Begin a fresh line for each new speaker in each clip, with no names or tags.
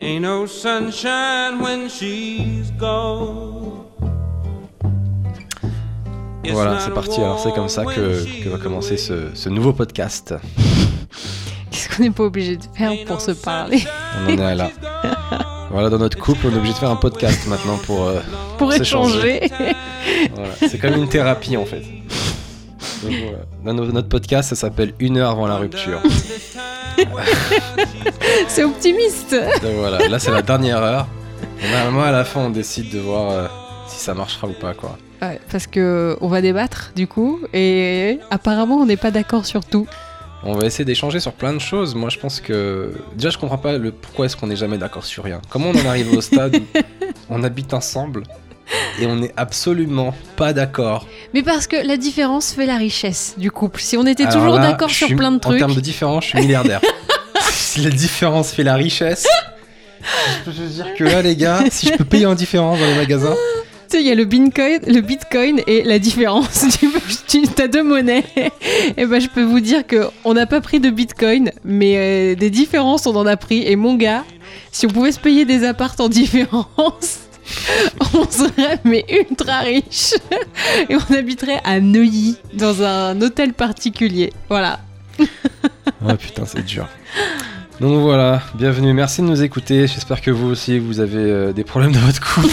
Ain't no sunshine when she's gone.
Voilà, c'est parti. Alors c'est comme ça que, que va commencer ce, ce nouveau podcast.
Qu'est-ce qu'on n'est pas obligé de faire pour se parler
On en est là. Voilà, dans notre couple, on est obligé de faire un podcast maintenant pour. euh,
Pour
S'échanger.
échanger
voilà. C'est comme une thérapie en fait. Donc, voilà. Dans no- notre podcast, ça s'appelle Une heure avant la rupture.
C'est optimiste
Donc voilà, là c'est la dernière heure. Et normalement, à la fin, on décide de voir euh, si ça marchera ou pas quoi.
ouais, Parce que on va débattre du coup et apparemment on n'est pas d'accord sur tout.
On va essayer d'échanger sur plein de choses. Moi, je pense que déjà, je comprends pas le pourquoi est-ce qu'on n'est jamais d'accord sur rien. Comment on en arrive au stade où on habite ensemble et on n'est absolument pas d'accord.
Mais parce que la différence fait la richesse du couple. Si on était
Alors
toujours
là,
d'accord
je
sur
suis-
plein de
En
trucs,
termes de différence, je suis milliardaire. si la différence fait la richesse, je peux juste dire que là, les gars, si je peux payer en différence dans les magasins,
tu sais, il y a le bitcoin, le bitcoin et la différence. tu tu- t'as deux monnaies. et ben je peux vous dire que on n'a pas pris de bitcoin, mais euh, des différences on en a pris. Et mon gars, si on pouvait se payer des apparts en différence. On serait mais ultra riche et on habiterait à Neuilly dans un hôtel particulier. Voilà.
Ah putain, c'est dur. Donc voilà, bienvenue, merci de nous écouter. J'espère que vous aussi, vous avez euh, des problèmes dans votre couple.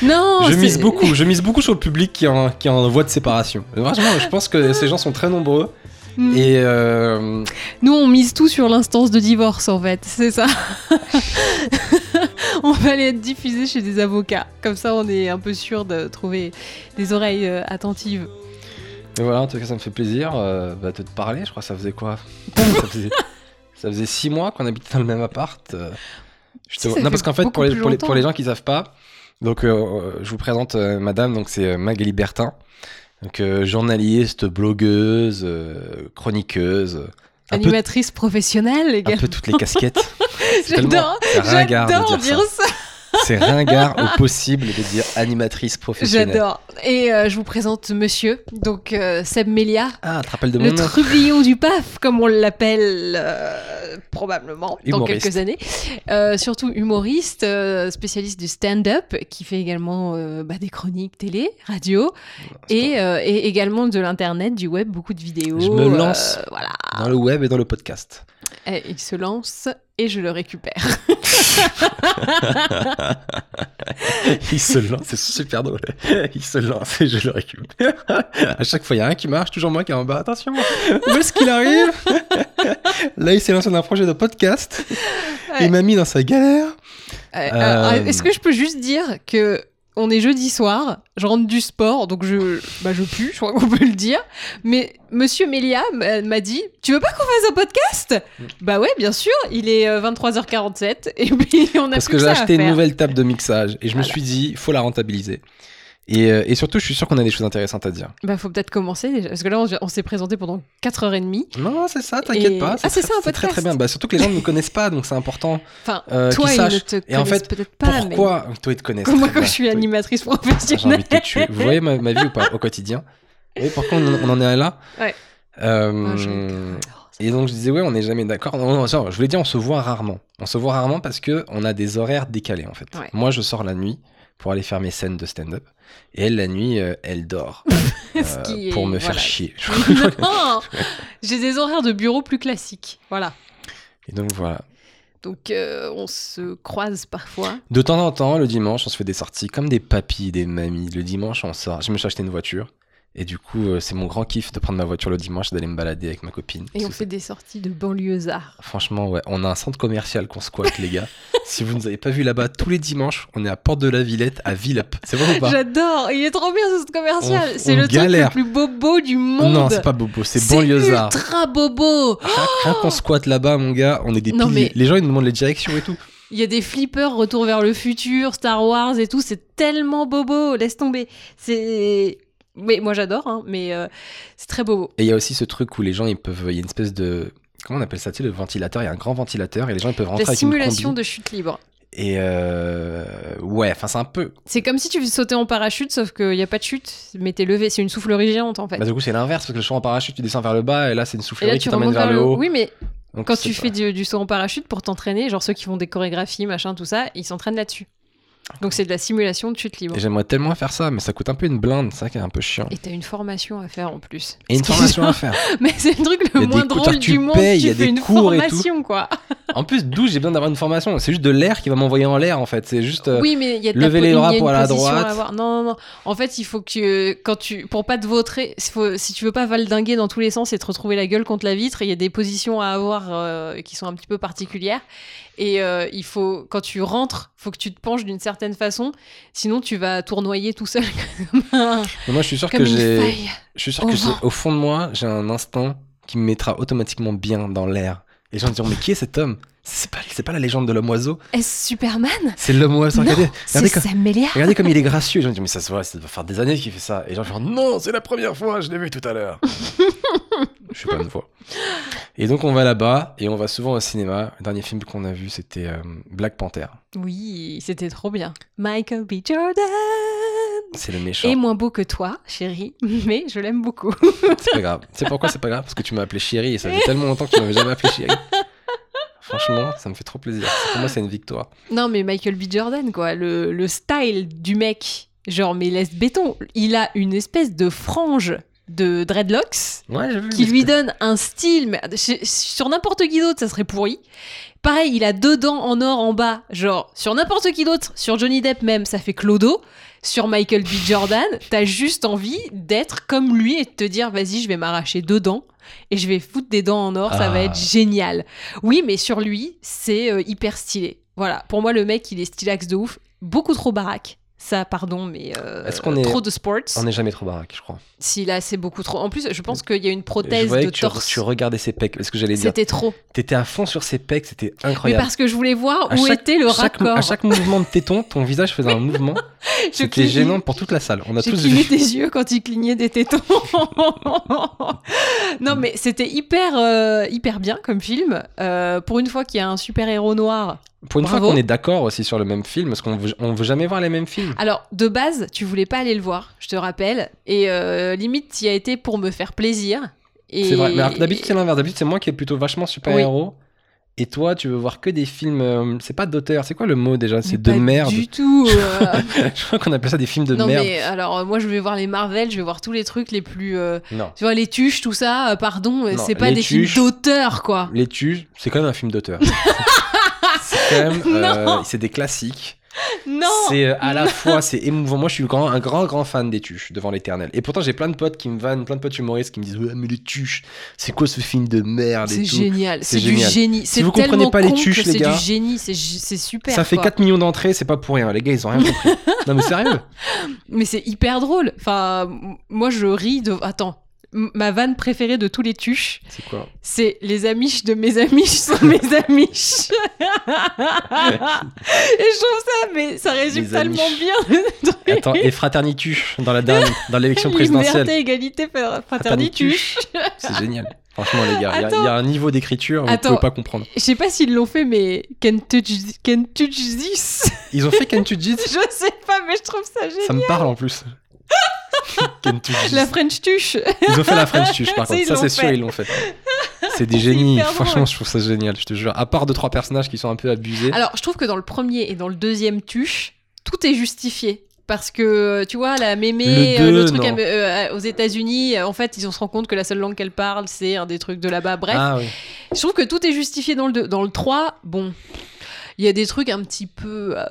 Non,
je
Oh, c'est-
mise beaucoup, je mise beaucoup sur le public qui est en, qui est en voie de séparation. Vraiment, je pense que ces gens sont très nombreux.
Mm.
Et euh,
Nous, on mise tout sur l'instance de divorce, en fait, c'est ça. on va aller être diffusé chez des avocats. Comme ça, on est un peu sûr de trouver des oreilles euh, attentives.
et voilà, en tout cas, ça me fait plaisir euh, bah, de te parler. Je crois que ça faisait quoi ça, faisait, ça faisait six mois qu'on habitait dans le même appart. euh, je te
Si,
vois-
ça
Non, parce
fait
qu'en fait,
beaucoup
pour les,
plus
pour, les, pour
longtemps.
les gens qui savent pas, donc euh, je vous présente euh, madame, donc c'est euh, Magali Bertin, donc euh, journaliste, blogueuse, euh, chroniqueuse, un peu,
Animatrice professionnelle, les
un
gars.
peu toutes les casquettes. C'est tellement-
J'adore,
c'est ringard de
j'adore
dire
dire ça.
C'est ringard au possible de dire animatrice professionnelle.
J'adore. Et euh, je vous présente monsieur, donc euh, Seb Melia,
Ah, tu te rappelles de mon
le
nom
trublion du PAF, comme on l'appelle euh, probablement dans
Humoriste.
quelques années. Euh, surtout humoriste, euh, spécialiste du stand-up, qui fait également euh, bah, des chroniques télé, radio, et, euh, et également de l'internet, du web, beaucoup de vidéos.
Je me lance.
euh, voilà,
Dans le web et dans le podcast.
Et il se lance et je le récupère.
Il se lance, c'est super drôle. Il se lance et je le récupère. À chaque fois, il y a un qui marche, toujours moi qui est en bas. Attention, où est-ce qu'il arrive Là, il s'est lancé dans un projet de podcast.
Ouais.
Il m'a mis dans sa galère.
Euh, euh,
Euh,
Est-ce que je peux juste dire que on est jeudi soir, je rentre du sport, donc je, bah je pue, je crois qu'on peut le dire. Mais Monsieur Mélia m'a m'a dit, tu veux pas qu'on fasse un podcast Bah ouais, bien sûr. Il est euh, 23h47 et puis on a
Parce que
plus que
j'ai
ça
acheté
à faire.
une nouvelle table de mixage et je me
Voilà.
suis dit, il faut la rentabiliser. Et, euh, et surtout, je suis sûr qu'on a des choses intéressantes à dire.
Bah faut peut-être commencer déjà, parce que là on, on s'est présenté pendant 4h30.
Non, c'est ça, t'inquiète
Et-
pas.
Ah, c'est
très-
ça, un
c'est très très
podcast.
bien. Bah, surtout que les gens ne nous connaissent pas, donc c'est important.
Enfin,
Euh,
toi
qu'ils
ils ne
sachent.
te
Et en
connaissent
fait,
peut-être pas,
Pourquoi Toi, ils te connaissent.
mais moi
très
quand
bien.
je suis
Toi, ils-
animatrice
Ah, J'ai envie
professionnelle,
de te tuer. Vous voyez ma, ma vie ou pas au quotidien Vous voyez pourquoi on, on en est là
Ouais.
Euh,
Ah, je l'adore.
et donc je disais ouais on n'est jamais d'accord. Non, non, genre, je voulais dire on se voit rarement. On se voit rarement parce que on a des horaires décalés en fait.
Ouais.
Moi je sors la nuit pour aller faire mes scènes de stand-up et elle la nuit euh, elle dort euh,
Ce qui est-
pour me faire
voilà.
chier.
non J'ai des horaires de bureau plus classiques, voilà.
Et donc voilà.
Donc euh, on se croise parfois.
De temps en temps le dimanche on se fait des sorties comme des papis des mamies. Le dimanche on sort. Je me suis acheté une voiture. Et du coup, euh, c'est mon grand kiff de prendre ma voiture le dimanche et d'aller me balader avec ma copine.
Et on
C'est-
fait des sorties de banlieusards.
Franchement, ouais, on a un centre commercial qu'on squatte, les gars. Si vous ne nous avez pas vu là-bas, tous les dimanches, on est à Porte de la Villette, à Villap. C'est vrai ou pas
J'adore, il est trop bien ce commercial.
On-
c'est
on
le
galère.
truc le plus bobo du monde.
Non, c'est pas bobo, c'est banlieusard.
C'est ultra bobo.
Rien, rien qu'on squatte là-bas, mon gars, on est des
Non,
piliers.
mais-
Les gens, ils nous demandent les directions et tout.
Il y a des flippers, Retour vers le futur, Star Wars et tout. C'est tellement bobo. Laisse tomber. C'est. Mais moi j'adore, hein, mais euh, c'est très bobo.
Et il y a aussi ce truc où les gens, ils peuvent. Il y a une espèce de. Comment on appelle ça, tu sais, le ventilateur Il y a un grand ventilateur et les gens, ils peuvent rentrer
La
avec une
simulation
combi.
de chute libre.
Et euh... ouais, enfin, c'est un peu.
C'est comme si tu sautais en parachute, sauf qu'il n'y a pas de chute, mais t'es levé. C'est une soufflerie géante en fait.
Bah, du coup, c'est l'inverse parce que le champ en parachute, tu descends vers le bas et là, c'est une
et là
soufflerie
tu
qui t'emmène
remontes
vers le haut.
Oui, mais
Donc,
Quand
c'est
tu
pas-
fais du, du saut en parachute pour t'entraîner, genre ceux qui font des chorégraphies, machin, tout ça, ils s'entraînent là-dessus. Donc c'est de la simulation de chute libre.
Et J'aimerais tellement faire ça, mais ça coûte un peu une blinde, c'est ça qui est un peu chiant.
Et t'as une formation à faire en plus.
Et une
Ce qui est
formation à faire.
genre- Mais c'est le truc
Il y a
le
des
moins
coûts,
drôle
genre, tu
du monde.
payes, il y
tu
a
fais
des
une
cours et tout.
formation, quoi.
En plus, d'où j'ai besoin d'avoir une formation C'est juste de l'air qui va m'envoyer en l'air en fait. C'est juste. euh,
Oui, mais il y a de
lever
la po-
les bras
il y a
pour
une
aller à
position
droite.
avoir. Non, non, non. En fait, il faut que euh, quand tu pour pas te vautrer, il faut- si tu veux pas valdinguer dans tous les sens et te retrouver la gueule contre la vitre, il y a des positions à avoir euh, qui sont un petit peu particulières. Et euh, il faut quand tu rentres, faut que tu te penches d'une certaine façon, sinon tu vas tournoyer tout seul comme, un-
mais Moi, je suis sûr
comme
que
une
j'ai.
faille.
Je suis sûr
au
que j'ai-
vent.
au fond de moi, j'ai un instinct qui me mettra automatiquement bien dans l'air. Et les gens diront, mais qui est cet homme C'est pas, c'est pas la légende de l'homme oiseau,
Est-ce Superman
c'est l'homme oiseau.
Non,
Regardez,
C'est
regardez, comme,
Sam Elliott
regardez comme il est gracieux. Et Les gens disent, mais ça se voit, ça doit faire des années qu'il fait ça. Et les gens font, non, c'est la première fois, je l'ai vu tout à l'heure. je suis pas une fois. Et donc on va là-bas et on va souvent au cinéma. Le dernier film qu'on a vu, c'était euh, Black Panther.
Oui, c'était trop bien. Michael B. Jordan
C'est le méchant.
est moins beau que toi, chérie, mais je l'aime beaucoup.
C'est pas grave. Tu sais pourquoi c'est pas grave Parce que tu m'as appelé chérie et ça fait tellement longtemps que tu m'avais jamais appelé chérie. Franchement, ça me fait trop plaisir. Pour moi, c'est une victoire.
Non, mais Michael B. Jordan, quoi, le, le style du mec, genre, mais laisse béton. Il a une espèce de frange de dreadlocks
Ouais, j'ai vu.
qui lui donne un style. mais chez- Sur n'importe qui d'autre, ça serait pourri. Pareil, il a deux dents en or en bas. Genre, sur n'importe qui d'autre, sur Johnny Depp même, ça fait clodo. Sur Michael B. Jordan, t'as juste envie d'être comme lui et de te dire vas-y, je vais m'arracher deux dents et je vais foutre des dents en or, ça va
Ah.
être génial. Oui, mais sur lui, c'est euh, hyper stylé. Voilà, pour moi, le mec, il est stylax de ouf. Beaucoup trop baraque. Ça, pardon, mais euh,
Est-ce qu'on est-
trop de sports.
On n'est jamais trop baraque, je crois.
Si là, c'est beaucoup trop. En plus, je pense qu'il y a une
Je
prothèse
voyais
de
que tu,
torse.
tu regardais ses pecs. Ce que j'allais dire.
C'était trop.
T'étais à fond sur ses pecs, c'était
Mais
incroyable.
parce que je voulais voir
À
où
chaque-
était le
chaque,
raccord.
à chaque mouvement de téton, ton visage faisait un mouvement.
Je
C'était
clignais-
gênant pour toute la salle. On a
J'ai
tous
cligné
vu.
des yeux quand il clignait des tétons. non, mais c'était hyper, euh, hyper bien comme film. Euh, pour une fois qu'il y a un super héros noir.
Pour une
Bravo.
fois qu'on est d'accord aussi sur le même film, parce qu'on veut, on veut jamais voir les mêmes films.
Alors, de base, tu voulais pas aller le voir, je te rappelle. Et euh, limite, tu y as été pour me faire plaisir. Et...
C'est vrai, mais alors que d'habitude c'est l'inverse. D'habitude c'est moi qui est plutôt vachement super-héros. Et toi, tu veux voir que des films. euh, c'est pas d'auteur, c'est quoi le mot déjà
Mais
C'est de
pas
merde.
Du tout. euh,
je crois qu'on appelle ça des films de
non,
merde.
mais alors, euh, moi, je vais voir les Marvel, je vais voir tous les trucs les plus. euh,
Non.
Tu vois, les tuches, tout ça, euh, pardon, euh,
Non,
c'est pas
les
des
tuches.
films d'auteur, quoi.
Les tues, c'est quand même un film d'auteur. c'est quand même. euh,
Non.
c'est des classiques.
Non
C'est euh, à la fois c'est émouvant. Moi, je suis grand, un grand, grand fan des tuches devant l'éternel. Et pourtant, j'ai plein de potes qui me vannent, plein de potes humoristes qui me disent Ouais, mais les tuches, c'est quoi ce film de merde et
C'est
tout
génial,
C'est
c'est du
génial.
génie. C'est
vous
tellement
comprenez pas les
con que
tuches, les gars,
C'est du génie, c'est gé- c'est super.
Ça fait
quoi.
4 millions d'entrées, c'est pas pour rien. Les gars, ils ont rien compris. non, mais sérieux
Mais c'est hyper drôle. Enfin, m- moi je ris de. Attends, m- ma vanne préférée de tous les tuches,
C'est quoi
c'est les amiches de mes amiches sont mes amiches. Et je trouve ça, mais ça résume
Les
tellement
Amish.
bien le truc.
Attends, et fraternituche dans la dernière, dans l'élection présidentielle.
Liberté, égalité, fra- fraternituche.
C'est génial. Franchement, les gars, il y a- il y, a un niveau d'écriture, vous
Attends.
pouvez pas comprendre.
Je sais pas s'ils l'ont fait, mais Kentucky, Kentucky,
Ils ont fait Kentujit
je sais pas, mais je trouve ça génial.
Ça me parle en plus. Kentujit.
La French tuche.
Ils ont fait la French Tuche, par
Ça,
contre.
ils
Ça,
l'ont
c'est sûr,
fait.
ils l'ont fait. C'est des génies.
hyper
Franchement,
drôle.
je trouve ça génial, je te jure. À part deux, trois personnages qui sont un peu abusés.
Alors, je trouve que dans le premier et dans le deuxième tuche, tout est justifié. Parce que, tu vois, la mémé,
Le
euh,
deux,
le, truc
non.
euh, euh, aux États-Unis, euh, en fait, ils ont se rend compte que la seule langue qu'elle parle, c'est un des trucs de là-bas. Bref,
Ah oui.
je trouve que tout est justifié dans le 2. Dans le 3, bon, il y a des trucs un petit peu. euh,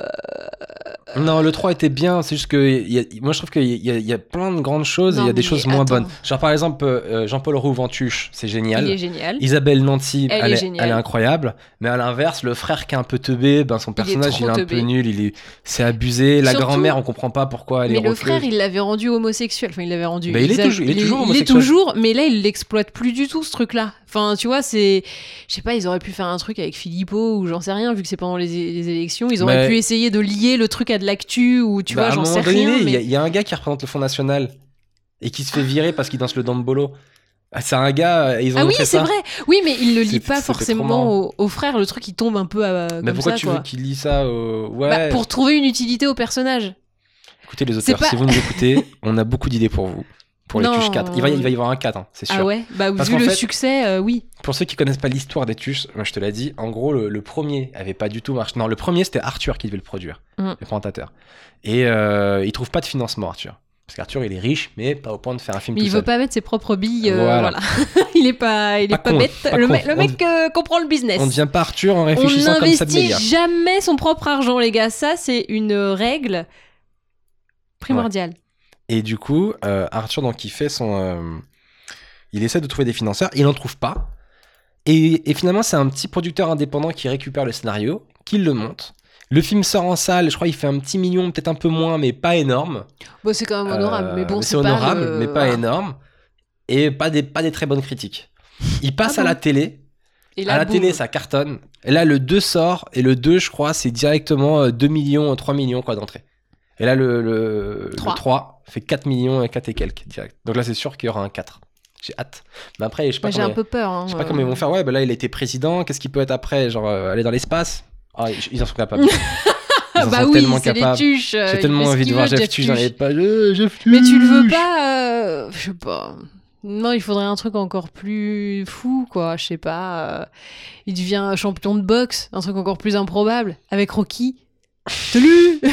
Non, le 3 était bien. C'est juste que il y a- moi, je trouve qu'il y, a- il y a plein de grandes choses et
Non,
il y a des
mais
choses moins
attends.
bonnes. Genre, par exemple, euh, Jean-Paul Roux en Tuche, c'est génial.
il est génial.
Isabelle Nanty,
Elle
elle,
est
est,
géniale.
elle est incroyable, mais à l'inverse, le frère qui est un peu teubé, ben son personnage
trop
il est, un
teubé.
peu nul, il est c'est abusé. La
Surtout-
grand-mère, on comprend pas pourquoi elle
Mais
est
le
refuse.
frère, il l'avait rendu homosexuel. Enfin, il l'avait rendu.
Bah, il est
Isa-
toujours- il est toujours homosexuel.
toujours, mais là, il l'exploite plus du tout, ce truc-là. Enfin, tu vois, c'est. Je sais pas, ils auraient pu faire un truc avec Philippot ou j'en sais rien, vu que c'est pendant les, les élections. Ils auraient
Mais-
pu essayer de lier le truc à de l'actu ou tu
Bah, à
vois,
un
j'en
moment
sais
donné,
rien.
il y a-
Mais...
il y, a un gars qui représente le Front National et qui se fait virer parce qu'il danse le dambolo. Ah, C'est un gars, ils ont
Ah oui,
fait
c'est
ça.
vrai. Oui, mais il le lit
C'était-
pas
c'était trop
forcément
marrant.
au, au frère. Le truc, il tombe un peu à.
Mais
comme
pourquoi
ça,
tu
quoi.
veux qu'il lit ça au- Ouais.
Bah, pour trouver une utilité au personnage.
Écoutez les
C'est
auteurs,
pas-
si vous nous écoutez, on a beaucoup d'idées pour vous. pour les
Non.
tuches 4. Il va, y- il va y avoir un 4, hein, c'est sûr.
Ah ouais Bah,
Parce
vu
qu'en
le
fait-
succès, euh, oui.
Pour ceux qui connaissent pas l'histoire des tuches, moi je te l'ai dit, en gros le, le premier avait pas du tout marché. Non, le premier c'était Arthur qui devait le produire,
Mm.
le présentateur. Et euh, il trouve pas de financement Arthur. Parce qu'Arthur il est riche, mais pas au point de faire un film
Mais
tout
il
seul.
veut pas mettre ses propres billes. euh,
Voilà.
voilà. il est pas, il est
Pas
pas,
con,
bête.
pas
le,
con.
mec- le
On-
mec euh, comprend le business.
On ne devient pas Arthur en
On
réfléchissant comme ça de
n'investit
méga.
jamais son propre argent, les gars. Ça, c'est une euh, règle primordiale.
Et du coup, euh, Arthur, donc, il fait son. euh, il essaie de trouver des financeurs, il n'en trouve pas. Et, et finalement, c'est un petit producteur indépendant qui récupère le scénario, qui le monte. Le film sort en salle, je crois qu'il fait un petit million, peut-être un peu moins, mais pas énorme.
Bon, c'est quand même honorable,
Euh,
mais bon,
c'est honorable,
pas le- Ah.
mais pas
voilà.
énorme. Et pas des, pas des très bonnes critiques. Il passe
Ah
à
bon
la télé.
Et
à
là,
la
boum.
télé, ça cartonne. Et là, le 2 sort, et le 2, je crois, c'est directement euh, 2 millions, euh, 3 millions quoi d'entrée. Et là, le, le, le 3.
Trois.
fait 4 millions, euh, 4 et quelques direct. Donc là, c'est sûr qu'il y aura un 4. J'ai hâte. Mais après, je sais pas,
Moi, J'ai
comment,
un peu peur. hein,
je sais pas
euh.
comment ils vont faire. Ouais, ben là, il était président. Qu'est-ce qu'il peut être après Genre, euh, aller dans l'espace Ah, ils- ils en sont capables. Ils en
bah
sont
oui,
tellement
c'est les
capables.
tuches. euh, il
J'ai tellement
fait ce
envie de
qu'il
voir
veut,
Jeff
Jeff
Tuche dans les
Tuche.
pages. Euh, Jeff
Mais tu le veux
Tuche.
pas, euh, je sais pas. Non, il faudrait un truc encore plus fou, quoi. Je sais pas. euh, il devient un champion de boxe, un truc encore plus improbable, avec Rocky. Salut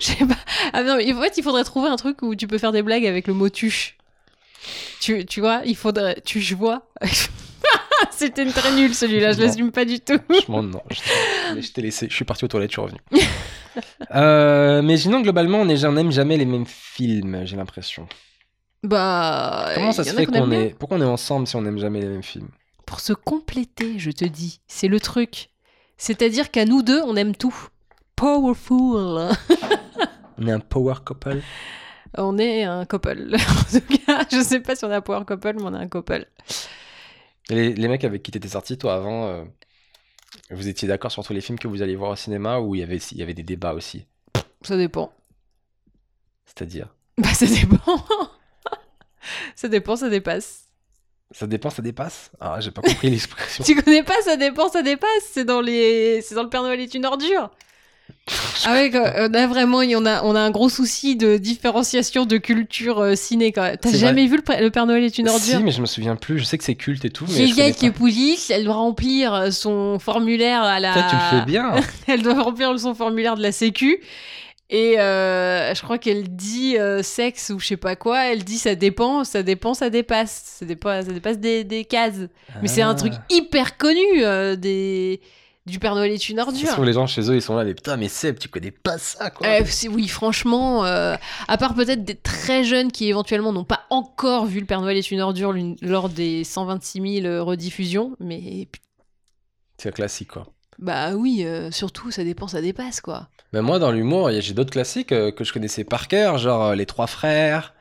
Je sais pas. Ah non, mais en fait, il faudrait trouver un truc où tu peux faire des blagues avec le mot tuche. Tu, tu vois, il faudrait. Tu je vois. C'était une très nulle celui-là, je
Non.
l'assume pas du tout.
Je m'en non. Je, mais je t'ai laissé. Je suis parti aux toilettes, je suis revenu. Euh, mais sinon, globalement, on est- on n'aime jamais les mêmes films, j'ai l'impression.
Bah.
Comment ça
il y
se
en a
fait
qu'on aime
qu'on
bien.
est. Pourquoi on est ensemble si on n'aime jamais les mêmes films
pour se compléter, je te dis. C'est le truc. C'est-à-dire qu'à nous deux, on aime tout. Powerful. hein.
On est un power couple.
On est un couple. en tout cas, je sais pas si on a un power couple, mais on est un couple.
Et Les, les mecs avec qui t'étais sorti, toi, avant, euh, vous étiez d'accord sur tous les films que vous alliez voir au cinéma ou il y avait, il y avait des débats aussi
Ça dépend.
C'est-à-dire.
Bah, ça dépend. ça dépend, ça dépasse.
Ça dépend, ça dépasse Ah, j'ai pas compris l'expression.
Tu connais pas, ça dépend, ça dépasse. C'est dans les, c'est dans le Père Noël est une ordure. Ah ouais, quoi, on a vraiment, il y en a, on a un gros souci de différenciation de culture euh, ciné. Quand même. T'as
C'est
jamais vu le, Pré- le Père Noël est une ordure
Si, mais je me souviens plus. Je sais que c'est culte et tout. Mais
C'est
je
une vieille qui
connais
est police, elle doit remplir euh, son formulaire à la.
pas. Toi, tu le fais bien.
Elle doit remplir son formulaire de la Sécu. Et euh, je crois qu'elle dit euh, sexe ou je sais pas quoi. Elle dit ça dépend, ça dépend, ça dépasse. Ça, dépa- ça dépasse des, des cases. Mais c'est un
Ah.
truc hyper connu euh, des... du Père Noël est une
Je
ordure.
trouve les gens chez eux, ils sont là, mais putain, mais Seb, tu connais pas ça, quoi.
Euh, c'est- oui, franchement, euh, à part peut-être des très jeunes qui éventuellement n'ont pas encore vu Le Père Noël est une ordure l'une- lors des 126 000 euh, rediffusions, mais
C'est un classique, quoi.
Bah oui, euh, surtout, ça dépend, ça dépasse quoi.
Mais moi, dans l'humour, y a- j'ai d'autres classiques euh, que je connaissais par cœur, genre euh, Les Trois Frères.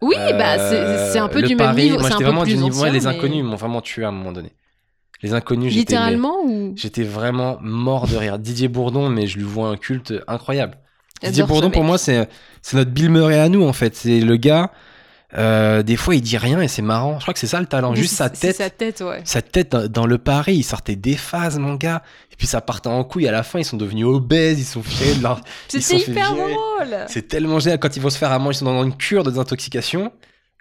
Oui,
euh,
bah c'est c'est un peu
Le
du
Paris.
même niveau.
Moi,
c'est un
j'étais
peu
vraiment
plus
du niveau. ouais,
ancien,
les
mais-
inconnus m'ont vraiment tué à un moment donné. Les inconnus, j'étais. mais-
Littéralement ou
J'étais vraiment mort de rire. Didier Bourdon, mais je lui vois un culte incroyable.
J'adore
Didier
ce
Bourdon, pour
mec.
moi, c'est c'est notre Bill Murray à nous, en fait. C'est le gars, euh, des fois, il dit rien et c'est marrant. Je crois que c'est ça le talent.
Mais
Juste
c'est-
sa
c'est
tête.
Sa tête, ouais.
Sa tête dans- dans le pari, il sortait des phases, mon gars. Et puis ça partait en couille. À la fin, ils sont devenus obèses, ils sont fiers de leur. Ils se
C'était
sont
hyper
fait virer. Euh,
drôle.
C'est tellement génial quand ils vont se faire à manger, ils sont dans une cure de désintoxication.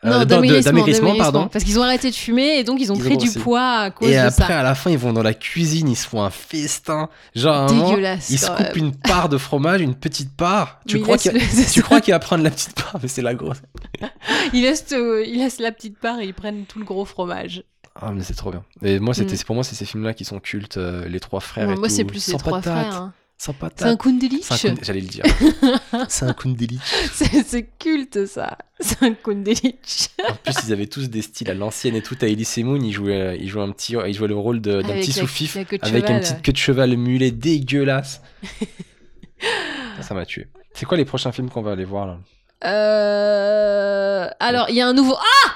Euh, de- de-
d'amaigrissement,
d'amaigrissement, pardon.
Parce qu'ils ont arrêté de fumer et donc ils ont
Ils ont
pris du
grossi.
poids à cause
Et
de
après,
ça.
à la fin, ils vont dans la cuisine, ils se font un festin. Genre, à un moment,
Dégueulasse.
ils se
quand
coupent
même.
une part de fromage, une petite part. Tu
Mais
crois
il
qu'il
laisse,
y a-
le-
tu crois qu'il va prendre la petite part, mais c'est la grosse.
il, laisse, euh, il laisse la petite part et ils prennent tout le gros fromage.
Ah, mais c'est trop bien. Et moi, c'était, pour moi, c'est ces films-là qui sont cultes, euh, les trois frères.
Moi,
et
Mm. moi,
tout.
c'est plus les
Sans
trois
patate,
frères. hein.
Sans
C'est un
patate.
kundelich.
C'est un Kund- J'allais le dire. c'est un Kundelich.
C'est c'est culte ça. C'est un kundelich.
En plus, ils avaient tous des styles à l'ancienne et tout. À Elise Moon, ils jouaient, euh, ils jouaient un petit, ils jouaient le rôle de- d'un
Avec
petit
la-
soufif
la queue de
avec une
cheval,
petite
ouais.
queue de cheval mulet dégueulasse. Ça, Ça m'a tué. C'est quoi les prochains films qu'on va aller voir là
Euh... Alors, il y a un nouveau. Ah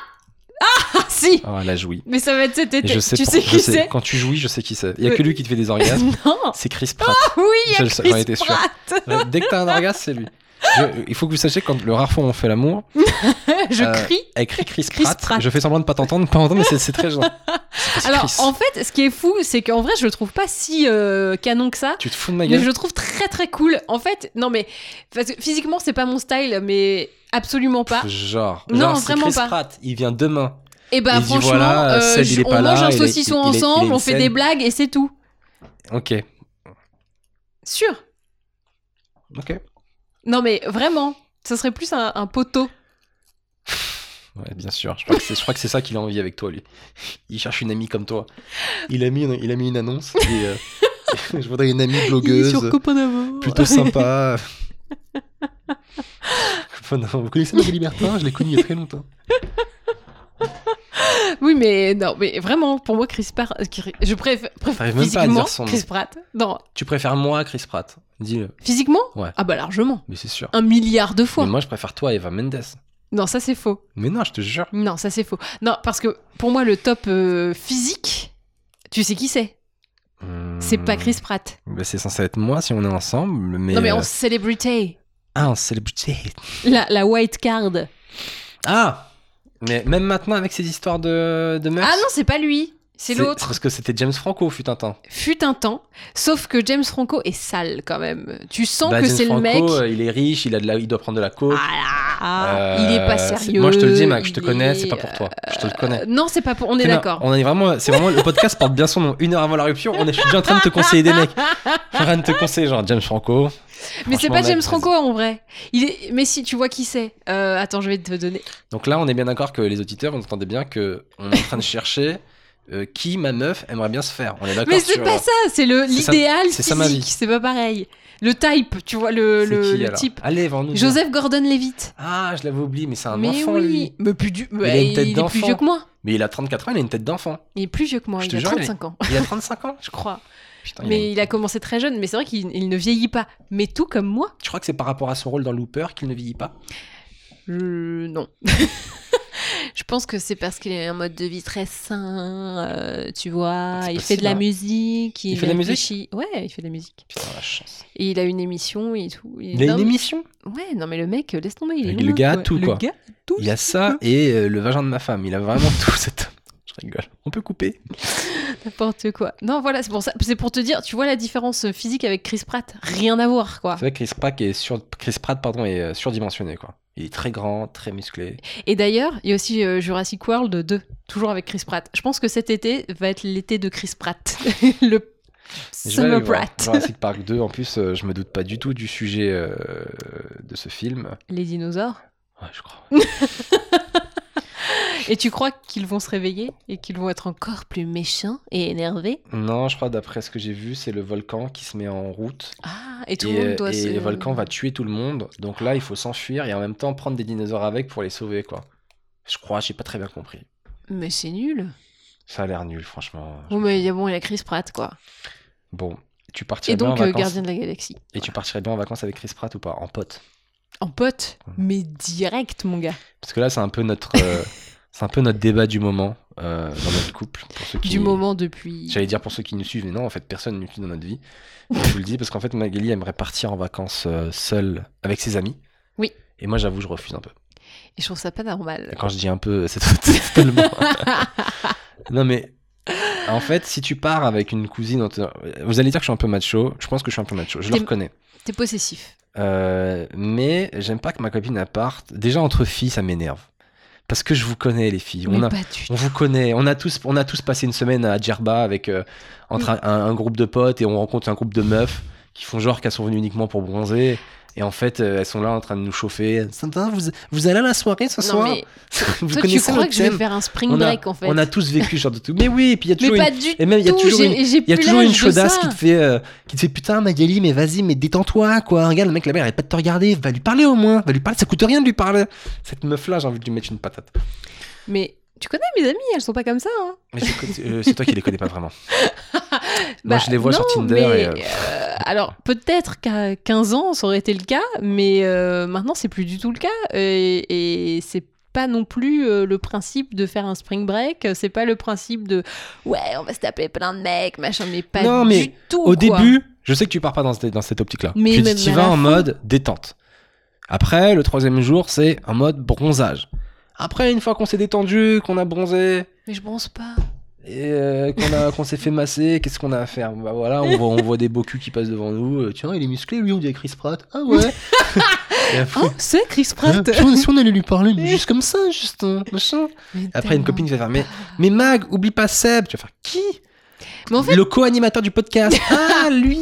Ah Si
Ah, la jouie.
Mais ça va être cet
Et
été.
je sais,
tu
pour-
sais
je
qui
sais-
c'est
Quand tu jouis, je sais qui c'est. Il y a
Ouais.
que lui qui te fait des orgasmes.
Non
C'est Chris Pratt.
Oui, il y
Je
a
le sais, j'en étais
Chris
sûr.
Pratt
Ouais, Dès que t'as un orgasme, c'est lui. Je- il faut que vous sachiez quand le rare fois où on fait l'amour,
Je
Euh,
crie.
elle crie Chris,
Chris
Pratt.
Pratt.
Je fais semblant de pas t'entendre, pas entendre, mais c'est- c'est très gentil. C'est
Alors,
Chris.
en fait, ce qui est fou, c'est qu'en vrai, je le trouve pas si euh, canon que ça.
tu te fous de ma
Mais
gueule
je le trouve très très cool. En fait, non mais parce que physiquement c'est pas mon style, mais Absolument pas.
Genre,
Non,
genre, c'est
vraiment
Chris
pas.
Pratt, il vient demain.
Et bah
Il dit,
franchement,
voilà,
euh,
Seb, il
je-
est
on
pas là,
mange un
il est- il
saucisson
est- il est
ensemble, on fait
insane.
des blagues et c'est tout.
Ok,
Sûr.
ok.
Non mais vraiment, ça serait plus un, un poteau.
Ouais, bien sûr. Je crois que c'est, je crois que c'est ça qu'il a envie avec toi, lui. Il cherche une amie comme toi. Il a mis une, il a mis une annonce. Et, euh, je voudrais une amie
Il est
blogueuse,
sur copain d'amour.
plutôt sympa. Enfin, non, vous connaissez Marie Libertin Je l'ai connue il y a très longtemps.
Oui, mais non, mais vraiment, pour moi, Chris Pratt, je préfère,
T'arrives même pas à
physiquement
dire son nom.
Chris Pratt. Non,
Tu préfères moi à Chris Pratt Dis-le.
physiquement
Ouais.
Ah bah largement,
Mais c'est sûr.
un milliard de fois.
Mais moi, je préfère toi à Eva Mendes.
Non, ça c'est faux.
Mais non, je te jure.
Non, ça c'est faux. Non, parce que pour moi, le top euh, physique, tu sais qui c'est C'est pas Chris Pratt.
Bah, c'est censé être moi si on est ensemble, mais.
non, mais
euh,
en célébrité,
Ah, on célébrité.
la, la white card.
Ah Mais même maintenant, avec ces histoires de, de meufs.
Ah non, c'est pas lui, c'est l'autre.
Parce que c'était James Franco, fut un temps.
Fut un temps, sauf que James Franco est sale quand même. Tu sens
Bah,
que
James
c'est le mec.
Franco, euh, Il est riche, il, a de la, il doit prendre de la coke.
Ah là, ah,
Euh,
il est pas
c'est-
sérieux.
Moi, je te le dis, Mac, je te
il
connais,
est-
c'est pas pour toi. Je te le connais.
Euh, Non, c'est pas pour. On est
Clément,
d'accord.
On est vraiment, c'est vraiment le podcast porte bien son nom. Une heure avant la rupture, on est, je suis déjà en train de te conseiller des mecs. Je suis en train de te conseiller genre James Franco.
Mais c'est
Franchement,
pas
mec,
James
vas-y.
Franco en vrai. Il est... Mais si, tu vois qui c'est. Euh, attends, je vais te donner.
Donc là, on est bien d'accord que les auditeurs, vous entendez bien que on est en train de chercher euh, qui ma meuf aimerait bien se faire. On est d'accord.
Mais c'est
sur- euh,
pas ça, c'est le
C'est ça-
l'idéal
c'est ça ma
physique.
vie.
C'est pas pareil. Le type, tu vois, le,
C'est
le,
qui,
le
alors
type.
Allez, vends-nous.
Joseph Gordon-Levitt.
Ah, je l'avais oublié, mais c'est un
mais
enfant
oui.
lui.
Mais plus du...
a une
Ouais,
tête
il est
d'enfant.
plus vieux que moi.
Mais il a 34 ans, il a une tête d'enfant.
Il est plus vieux que moi.
Je te
il a
jure, il est-
35 ans,
Il a 35 ans.
je crois.
Putain, il a
Mais il a commencé très jeune. Mais c'est vrai qu'il il ne vieillit pas. Mais tout comme moi,
Tu crois que c'est par rapport à son rôle dans Looper qu'il ne vieillit pas
je... non. je pense que c'est parce qu'il a un mode de vie très sain, euh, tu vois.
C'est
Il fait
possible,
de la
hein.
musique. Il,
fait de la musique
réfléchit. Ouais, il fait de la musique.
Putain, la chance.
Et il a une émission et tout.
Il a
non,
une
mais-
émission
Ouais, non mais le mec, euh, laisse tomber. Il est
Le
humain,
gars a tout,
Le
quoi.
gars a tout.
Il a ça et euh, le vagin de ma femme. Il a vraiment tout cet homme. Je rigole. On peut couper.
N'importe quoi. Non, voilà, c'est pour ça. C'est pour te dire, tu vois la différence physique avec Chris Pratt. Rien à voir, quoi.
C'est vrai que Chris Pratt est, sur... Chris Pratt, pardon, est euh, surdimensionné. quoi. Il est très grand, très musclé.
Et d'ailleurs, il y a aussi euh, Jurassic World 2, toujours avec Chris Pratt. Je pense que cet été va être l'été de Chris Pratt.
Mais
le
je vais aller
Summer
le voir.
Pratt.
Jurassic Park 2, en plus, euh, je me doute pas du tout du sujet euh, de ce film.
Les dinosaures.
Ouais, je crois.
Et tu crois qu'ils vont se réveiller et qu'ils vont être encore plus méchants et énervés
Non, je crois, d'après ce que j'ai vu, c'est le volcan qui se met en route.
Ah, et tout
et
le
euh,
monde doit
et
se.
le volcan va tuer tout le monde. Donc là, il faut s'enfuir et en même temps prendre des dinosaures avec pour les sauver, quoi. Je crois, j'ai pas très bien compris.
Mais c'est nul.
Ça a l'air nul, franchement.
Bon, mais il y a bon, il y a Chris Pratt, quoi.
Bon, tu partirais
Et
bien
donc,
ben, en
euh,
vacances.
Gardien de la Galaxie.
Et tu partirais bien en vacances avec Chris Pratt ou pas En pote.
En pote, mais direct, mon gars.
Parce que là, c'est un peu notre, euh, c'est un peu notre débat du moment euh, dans notre couple. Pour ceux qui...
Du moment depuis.
J'allais dire pour ceux qui nous suivent, mais non, en fait, personne ne nous suit dans notre vie. je vous le dis parce qu'en fait, Magali aimerait partir en vacances euh, seule avec ses amis.
Oui.
Et moi, j'avoue, je refuse un peu.
Et je trouve ça pas normal.
Quand je dis un peu, euh, c'est c'est totalement. non, mais en fait, si tu pars avec une cousine, en te- vous allez dire que je suis un peu macho. Je pense que je suis un peu macho. Je le
T'es-
reconnais.
T'es possessif.
Euh, mais j'aime pas que ma copine elle parte. Déjà entre filles, ça m'énerve. Parce que je vous connais, les filles. On,
mais
a-
pas du
on
tout.
vous connaît. On a tous, on a tous passé une semaine à Djerba avec euh, entre un, un groupe de potes et on rencontre un groupe de meufs qui font genre qu'elles sont venues uniquement pour bronzer. Et en fait, euh, elles sont là en train de nous chauffer. Tintin, vous, vous allez à la soirée ce
Non,
soir
mais
Vous
toi, tu
connaissez
crois
notre
que je vais
thème
faire un spring
On a-
break, en fait.
On a tous vécu ce genre de tout. Mais oui, et puis il y a
Mais
toujours
pas
une,
du tout.
et même, il y a toujours une-
J'ai
il y a
plus
toujours
l'âge
une
de
chaudasse
ça.
qui te fait euh, qui te fait putain Magali mais vas-y mais détends-toi quoi regarde le mec là-bas il arrête pas de te regarder va lui parler au moins va lui parler ça coûte rien de lui parler cette meuf là j'ai envie de lui mettre une patate
Mais tu connais mes amis, elles sont pas comme ça. hein.
mais c'est euh, c'est toi qui les connais pas vraiment Moi,
Bah,
je les vois sur
non,
Tinder
mais,
et, euh,
euh, alors, peut-être qu'à 15 ans, ça aurait été le cas, mais euh, maintenant, c'est plus du tout le cas. Et, et c'est pas non plus euh, le principe de faire un spring break. C'est pas le principe de ouais, on va se taper plein de mecs, machin, mais pas
Non,
du
mais
tout.
au
quoi.
début je sais que tu pars pas dans cette, dans cette optique là
Mais
tu
même
tu
à
vas
la
en
fin.
mode détente après le troisième jour c'est en mode bronzage après une fois qu'on s'est détendu qu'on a bronzé
Mais je pense pas.
Hein et euh, qu'on a qu'on s'est fait masser, qu'est-ce qu'on a à faire Bah voilà, on voit, on voit des beaux culs qui passent devant nous. Euh, Tiens, il est musclé, lui, on dit Chris Pratt. Ah ouais Et après,
Oh, c'est Chris Pratt
Hein, si on- si on allait lui parler, mais juste comme ça, juste euh, machin.
Mais
Après, une
tellement.
copine qui va faire mais, mais Mag, oublie pas Seb. Tu vas faire Qui
Mais en fait,
Le co-animateur du podcast. ah, lui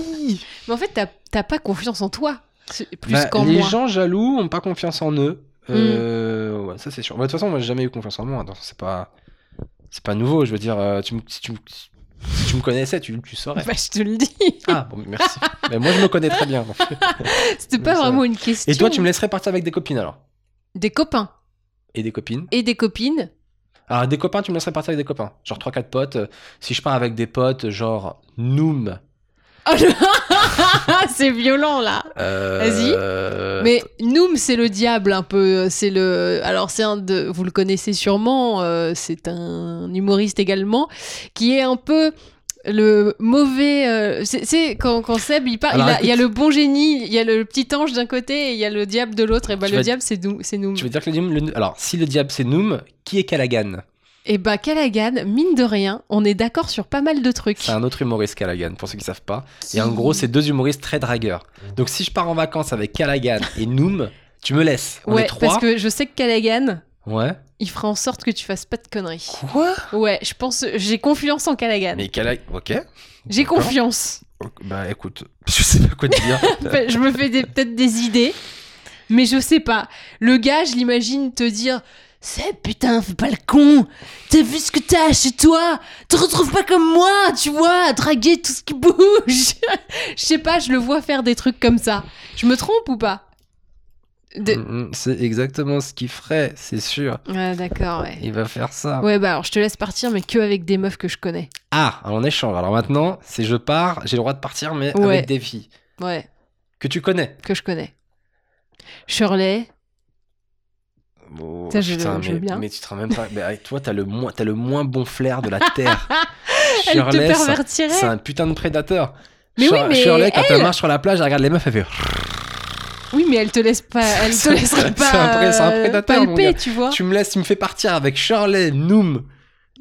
mais en fait t'as- t'as pas confiance en toi, c'est- plus
Bah,
qu'en
Les
moi. Mm.
gens jaloux ont pas confiance en eux. Euh, ouais, ça, c'est sûr. Bah, De toute façon, moi, j'ai jamais eu confiance en moi. donc C'est pas, c'est pas nouveau. Je veux dire, euh, tu me- si, tu me, si tu me connaissais, tu, tu saurais.
Bah, je te le dis,
Ah, bon, merci. mais moi, je me connais très bien. en fait.
c'était pas
Mais ça-
vraiment une question.
Et toi, tu me laisserais partir avec des copines alors
Des copains
Et des copines
et des copines.
Alors, des copains, tu me laisserais partir avec des copains. Genre 3-4 potes. Euh, Si je pars avec des potes, genre Noom.
Oh, je- Ah, c'est violent là.
euh,
Vas-y.
euh,
Mais Noom, c'est le diable un peu. euh, C'est le. Alors c'est un de. Vous le connaissez sûrement. euh, c'est un humoriste également qui est un peu le mauvais. euh, c'est c'est quand, quand Seb il parle, il,
Alors,
a-
écoute.
il y a le bon génie, il y a le petit ange d'un côté et il y a le diable de l'autre. Et bah
Tu
le
vas-
diable c'est Noom. C'est Noom.
Tu veux dire que le diable. le- Alors, si le diable c'est Noom, qui est Callaghan
Et bah Callaghan, mine de rien, on est d'accord sur pas mal de trucs.
C'est un autre humoriste, Callaghan, pour ceux qui savent pas. Et en gros, c'est deux humoristes très dragueurs. Donc, si je pars en vacances avec Callaghan et Noom, tu me laisses. On
ouais,
est trois.
parce que je sais que Callaghan.
Ouais.
Il fera en sorte que tu fasses pas de conneries.
Quoi
Ouais, je pense, j'ai confiance en Callaghan.
Mais Callaghan. Ok.
J'ai
D'accord.
confiance.
Ok, Bah, écoute, je sais pas quoi te dire.
Enfin, je me fais des- peut-être des idées, mais je sais pas. Le gars, je l'imagine te dire C'est putain, fais pas le con T'as vu ce que t'as chez toi Te retrouve pas comme moi, tu vois, à draguer tout ce qui bouge Je sais pas, je le vois faire des trucs comme ça. Je me trompe ou pas De-
Mm, mm, C'est exactement ce qu'il ferait, c'est sûr.
Ouais, d'accord, ouais.
Il va faire ça.
Ouais, bah alors je te laisse partir, mais que avec des meufs que je connais.
Ah, en échange. Alors maintenant, si je pars, j'ai le droit de partir, mais
Ouais.
avec des filles
Ouais,
que tu connais.
que je connais. Shirley,
Oh,
Ça, je le- je
mais,
veux bien.
mais tu te rends même pas. mais avec toi, t'as le moins, t'as le moins bon flair de la terre.
elle te
Shirley, c'est un-
pervertirait.
c'est un putain de prédateur.
Mais
Shir-
oui, mais
Shirley, quand elle... marche sur la plage, elle regarde les meufs, elle fait.
Oui, mais elle te laisse pas, elle te
C'est-
laissera
c'est
pas
un pré- c'est un
euh,
prédateur, mon
palper,
gars.
tu vois.
Tu me laisses, tu me fais partir avec Shirley, Noom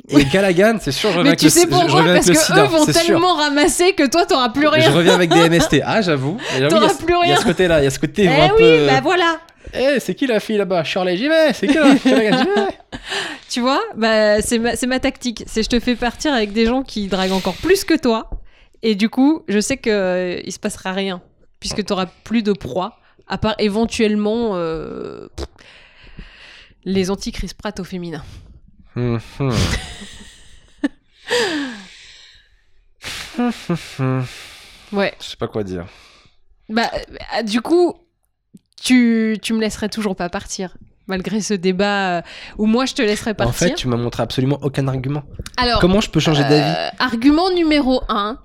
et Gallaghan, c'est sûr. Je reviens
Mais
avec
tu
le,
sais
je- je
pourquoi
reviens avec
Parce
le
que
sida,
eux vont
c'est sûr.
tellement ramasser que toi t'auras plus
Je
rien.
reviens avec des MST. Ah, j'avoue. Mais j'avoue,
T'auras
il y a ce-
plus
Il y
rien.
a ce côté-là, il y a ce côté
Eh
un
oui,
peu. euh,
bah voilà.
Eh, c'est qui la fille là-bas Shirley, j'y vais. C'est qui la fille J'y vais.
Tu vois, bah c'est ma, c'est ma tactique, c'est je te fais partir avec des gens qui draguent encore plus que toi, et du coup je sais que euh, il se passera rien puisque t'auras plus de proie à part éventuellement euh, pff, les anti Chris Pratt au féminin.
Hum, hum. Hum, hum, hum.
Ouais.
Je sais pas quoi dire.
Bah, euh, du coup, tu, tu me laisserais toujours pas partir, malgré ce débat euh, où moi je te laisserais
En
partir.
fait, tu m'as montré absolument aucun argument.
Alors,
Comment je peux changer d'avis
euh, argument numéro 1.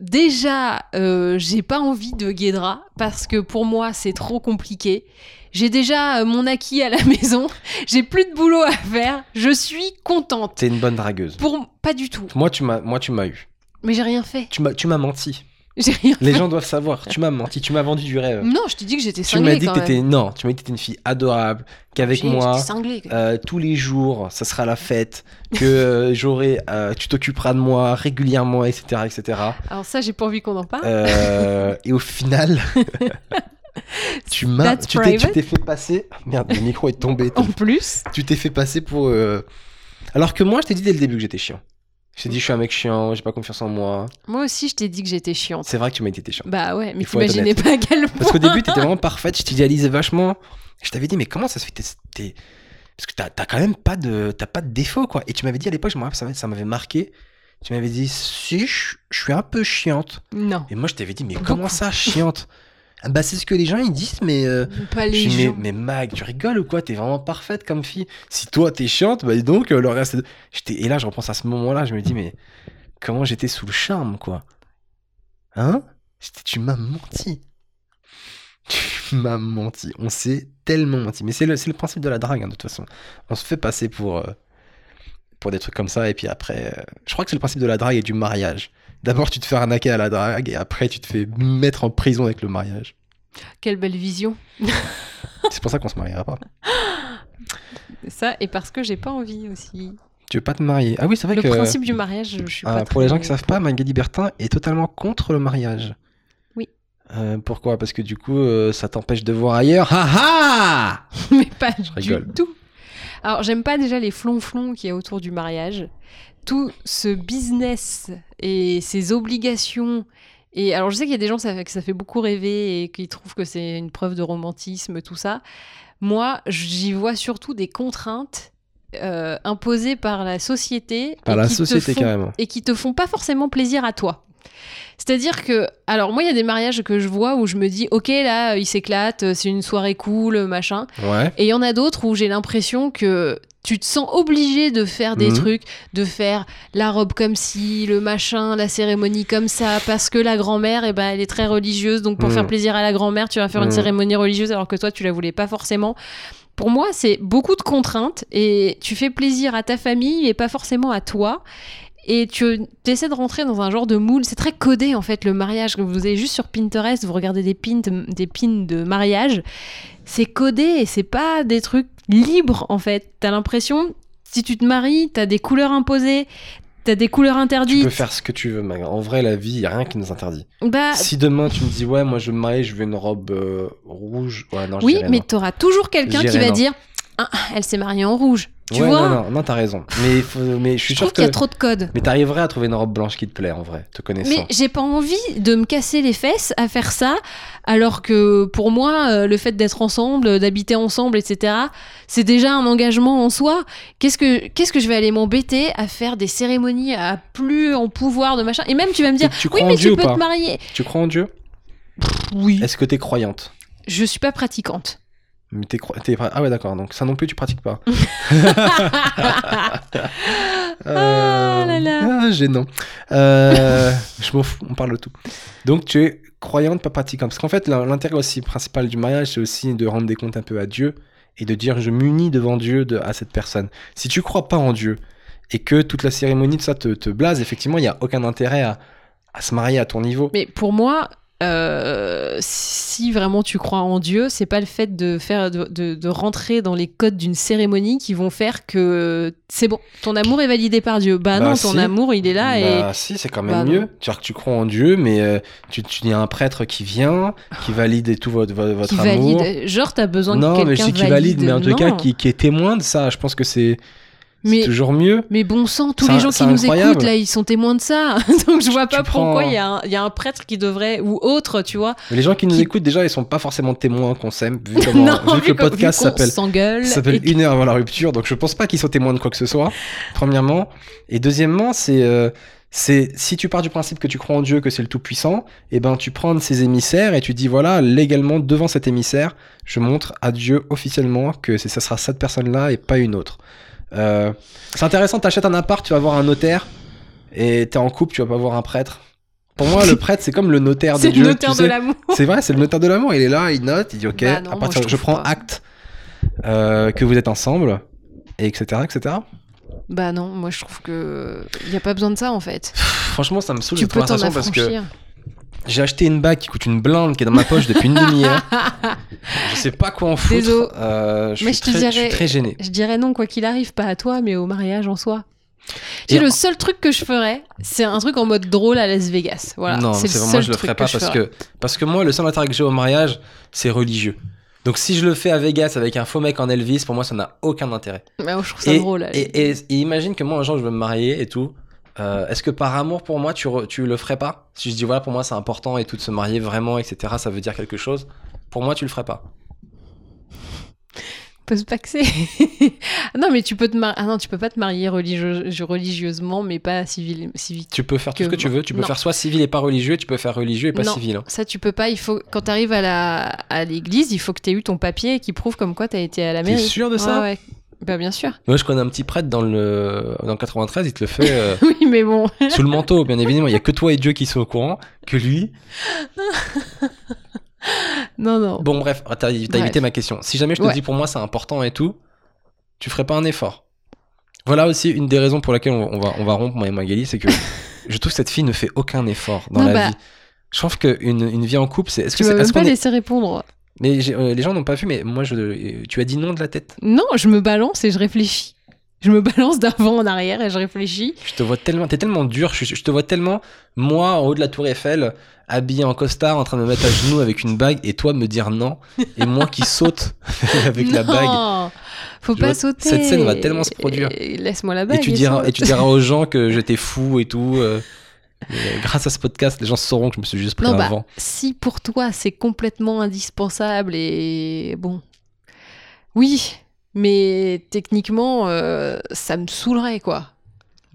déjà, euh, j'ai pas envie de Guédra parce que pour moi c'est trop compliqué. J'ai déjà euh, mon acquis à la maison, j'ai plus de boulot à faire, je suis contente.
T'es une bonne dragueuse.
Pour pas du tout,
Moi, tu m'as, moi, tu m'as eu.
mais j'ai rien fait.
Tu m'as, tu m'as menti.
J'ai rien.
Les gens doivent savoir. Tu m'as menti. Tu m'as vendu du rêve.
Non, je t'ai dit que j'étais
Tu m'as
cinglée
dit
Mm. quand
que t'étais
même.
non, tu m'as dit que t'étais une fille adorable, qu'avec
J'ai-
moi
j'étais cinglée. quoi.
euh, tous les jours ça sera la fête, que euh, j'aurai, euh, tu t'occuperas de moi régulièrement, etc., etc.
Alors ça, j'ai pas envie qu'on en parle.
Euh, et au final, tu m'as,
That's
tu t'es, tu
private. Oh.
t'es fait passer. Merde, le micro est tombé.
En plus,
tu t'es fait passer pour. euh, Alors que moi, je t'ai dit dès le début que j'étais chiant. Je t'ai dit, je suis un mec chiant, j'ai pas confiance en moi.
moi aussi, je t'ai dit que j'étais chiante.
C'est vrai que tu m'as dit, t'es chiant.
Bah ouais, mais
Il faut être
t'imaginais pas à quel point.
Parce qu'au début, t'étais vraiment parfaite, je t'idéalisais vachement. Je t'avais dit, mais comment ça se fait t'es- t'es- Parce que t'as t'as quand même pas de, t'as pas de défaut, quoi. Et tu m'avais dit à l'époque, je me rappelle, ça m'avait- ça m'avait marqué. Tu m'avais dit, si, je je suis un peu chiante.
Non,
Et moi, je t'avais dit, mais
Beaucoup.
comment ça, chiante Ah Bah, c'est ce que les gens, ils disent, mais. euh,
pas les
je dis,
gens.
mais, mais Mag, tu rigoles ou quoi T'es vraiment parfaite comme fille. Si toi, t'es chiante, bah dis donc, euh, le reste. est- J'étais- Et là, je repense à ce moment-là, je me dis, mais comment j'étais sous le charme, quoi Hein J'étais- Tu m'as menti. Tu m'as menti. On s'est tellement menti. Mais c'est le, c'est le principe de la drague, hein, de toute façon. On se fait passer pour. euh, Pour des trucs comme ça, et puis après, euh, je crois que c'est le principe de la drague et du mariage. D'abord, tu te fais arnaquer à la drague, et après, tu te fais mettre en prison avec le mariage.
Quelle belle vision.
C'est pour ça qu'on se mariera pas.
Ça, et parce que j'ai pas envie aussi.
Tu veux pas te marier Ah oui, c'est vrai
Le
que.
principe du mariage, je suis
Ah,
pas
pour les gens qui
très-
savent pas, Magali Bertin est totalement contre le mariage.
Oui.
Euh, pourquoi Parce que du coup, euh, ça t'empêche de voir ailleurs. Ha ha
mais pas du
rigole.
tout. Alors, j'aime pas déjà les flonflons qu'il y a autour du mariage. Tout ce business et ces obligations. Et alors, je sais qu'il y a des gens ça, fait- que ça fait beaucoup rêver et qui trouvent que c'est une preuve de romantisme, tout ça. Moi, j'y vois surtout des contraintes euh, imposées par la société.
Par
et
la
qui te
société,
font
carrément.
et qui te font pas forcément plaisir à toi. C'est-à-dire que, alors moi, il y a des mariages que je vois où je me dis, ok, là, il s'éclate, c'est une soirée cool, machin.
Ouais.
Et il y en a d'autres où j'ai l'impression que tu te sens obligé de faire des
Mhm.
trucs, de faire la robe comme ci, le machin, la cérémonie comme ça, parce que la grand-mère, eh ben, elle est très religieuse, donc pour
Mhm.
faire plaisir à la grand-mère, tu vas faire une
Mhm.
cérémonie religieuse alors que toi, tu la voulais pas forcément. Pour moi, c'est beaucoup de contraintes et tu fais plaisir à ta famille et pas forcément à toi. Et tu essaies de rentrer dans un genre de moule. C'est très codé en fait le mariage. Quand Vous allez juste sur Pinterest, vous regardez des pins, des pins de mariage. C'est codé et c'est pas des trucs libres en fait. T'as l'impression, si tu te maries, t'as des couleurs imposées, t'as des couleurs
Tu
interdites.
peux faire ce que tu veux, Magra. En vrai, la vie, y a rien qui nous interdit.
Bah
Si demain tu me dis, ouais, moi je veux me marier, je veux une robe euh, rouge. Ouais, non, je
oui,
dirais
mais
non.
t'auras toujours quelqu'un
Je
qui
dirais
va
non.
dire, Ah, elle s'est mariée en rouge. Tu
Ouais,
vois
Non, non, non, t'as raison. Mais, il faut- mais je suis
Je
sûr
trouve
que.
qu'il y a trop de codes.
Mais t'arriverais à trouver une robe blanche qui te plaît, en vrai, te connaissant.
Mais j'ai pas envie de me casser les fesses à faire ça, alors que pour moi, euh, le fait d'être ensemble, euh, d'habiter ensemble, etc., c'est déjà un engagement en soi. Qu'est-ce que, qu'est-ce que je vais aller m'embêter à faire des cérémonies à plus en pouvoir de machin Et même tu vas me dire,
Et tu
oui,
crois en
mais
Dieu
tu
ou
peux
pas
te marier.
Tu crois en Dieu
Oui.
Est-ce que t'es croyante
Je suis pas pratiquante.
mais t'es cro- t'es pra- Ah ouais, d'accord, donc ça non plus, tu pratiques pas. Euh,
Ah là là.
Ah, gênant. Euh, je m'en fous, on parle de tout. Donc tu es croyante, pas pratiquante. Parce qu'en fait, l'in- l'intérêt aussi principal du mariage, c'est aussi de rendre des comptes un peu à Dieu et de dire je m'unis devant Dieu de- à cette personne. Si tu crois pas en Dieu et que toute la cérémonie de ça te, te blase, effectivement, il n'y a aucun intérêt à, à se marier à ton niveau.
Mais pour moi, euh, si vraiment tu crois en Dieu, c'est pas le fait de faire de, de- de rentrer dans les codes d'une cérémonie qui vont faire que c'est bon, ton amour est validé par Dieu. Bah,
Bah
non, ton
si.
amour il est là
Bah, si, c'est quand même
Bah, non.
mieux. C'est-à-dire que tu crois en Dieu, mais euh, tu, tu il y a un prêtre qui vient, qui valide et tout votre, votre,
et
votre
qui
amour.
valide. Genre t'as besoin
non,
que
mais je
quelqu'un
sais qu'il valide, mais en tout cas,
Non.
qui, qui est témoin de ça, je pense que c'est c'est
Mais-
toujours mieux.
Mais bon sang, tous
C'est
les
un-
gens qui
c'est
nous
incroyable.
écoutent là, ils sont témoins de ça. Donc je vois
Tu
pas
prends-
pourquoi il y, a un- il y a un prêtre qui devrait ou autre, tu vois.
Mais les gens qui nous
Qui-
écoutent, déjà, ils sont pas forcément témoins qu'on s'aime, vu, comment- vu que
vu
le
qu'on- vu
podcast
qu'on
s'appelle
s'engueule et
s'appelle Une heure avant la rupture, donc je pense pas qu'ils soient témoins de quoi que ce soit, premièrement. Et deuxièmement, c'est. euh, c'est si tu pars du principe que tu crois en Dieu, que c'est le Tout-Puissant, et ben tu prends ses émissaires et tu dis voilà, légalement devant cet émissaire, je montre à Dieu officiellement que c'est- ça sera cette personne-là et pas une autre. Euh, c'est intéressant, t'achètes un appart, tu vas voir un notaire, et t'es en couple, tu vas pas voir un prêtre. Pour moi, le prêtre, c'est comme le notaire de
c'est
Dieu.
le notaire
tu
de
sais.
l'amour.
C'est vrai, c'est le notaire de l'amour. Il est là, il note, il dit ok,
Bah non,
à
moi,
partir, je
je trouve
prends
pas.
acte euh, que vous êtes ensemble, et etc., etc.
Bah non, moi je trouve que il y a pas besoin de ça en fait.
Franchement, ça me saoule
Tu
cette
peux t'en
conversation parce que
affranchir.
j'ai acheté une bague qui coûte une blinde qui est dans ma poche depuis une demi-heure. Je sais pas quoi en foutre.
Désolé.
Euh, je,
Mais
suis
je te
très, je suis
dirais-
très gêné.
Je dirais non quoi qu'il arrive, pas à toi mais au mariage en soi. Tu
Et
sais,
en-
le seul truc que je ferais, c'est un truc en mode drôle à Las Vegas. Voilà,
non,
c'est le
c'est
seul
vraiment je le
truc
ferai pas
je
parce
ferais.
que parce que moi le seul intérêt que j'ai au mariage c'est religieux. Donc si je le fais à Vegas avec un faux mec en Elvis, pour moi ça n'a aucun intérêt.
Ouais, je trouve ça drôle. là.
Et, et- et imagine que moi, un jour, je veux me marier et tout. Euh, Est-ce que par amour pour moi, tu, re- tu le ferais pas Si je dis, voilà, pour moi, c'est important et tout de se marier vraiment, etc., ça veut dire quelque chose. Pour moi, tu le ferais pas.
On peut se paxer. non, mais tu peux te mar- ah non, tu peux pas te marier religieuse- religieusement mais pas civil civil.
Tu peux faire tout
Que
ce que tu
moi-
veux. Tu peux
non.
faire soit civil et pas religieux, tu peux faire religieux et pas
Non.
civil. hein.
Ça, tu peux pas. Il faut quand t'arrives à la à l'église, il faut que t'aies eu ton papier qui prouve comme quoi t'as été à la
T'es
mairie.
sûr de
Ah, Ouais,
ça
ouais. Bah bien sûr.
Moi, je connais un petit prêtre dans le, dans le 93, il te le fait euh,
Oui, mais bon.
sous le manteau, bien évidemment. Il y a que toi et Dieu qui sont au courant, que lui.
Non, non.
Bon, bref, ah, t'as t'as
Bref.
évité ma question. Si jamais je te
Ouais.
dis pour moi, c'est important et tout, tu ferais pas un effort. Voilà aussi une des raisons pour laquelle on on va, on va rompre, moi et Magali, c'est que je trouve que cette fille ne fait aucun effort dans
Non,
la
bah.
vie. Je trouve qu'une une vie en couple, c'est. Est-ce que
Tu m'as
c'est.
même
est-ce
pas
qu'on est-
laissé répondre.
Mais j'ai- euh, les gens n'ont pas vu, mais moi, je, euh, tu as dit non de la tête.
Non, je me balance et je réfléchis. Je me balance d'avant en arrière et je réfléchis.
Je te vois tellement, t'es tellement dur, je, je te vois tellement, moi en haut de la tour Eiffel, habillé en costard, en train de me mettre à genoux avec une bague, et toi me dire non, et moi qui saute avec la
Non,
bague.
Faut
Je
pas
vois-
sauter.
cette scène va tellement se produire.
Et- et Laisse-moi la bague. hein.
Et tu, diras, et tu diras aux gens que j'étais fou et tout. euh, mais grâce à ce podcast, les gens sauront que je me suis juste pris
Non,
un
bah,
vent.
si pour toi c'est complètement indispensable et bon. Oui, mais techniquement, euh, ça me saoulerait quoi.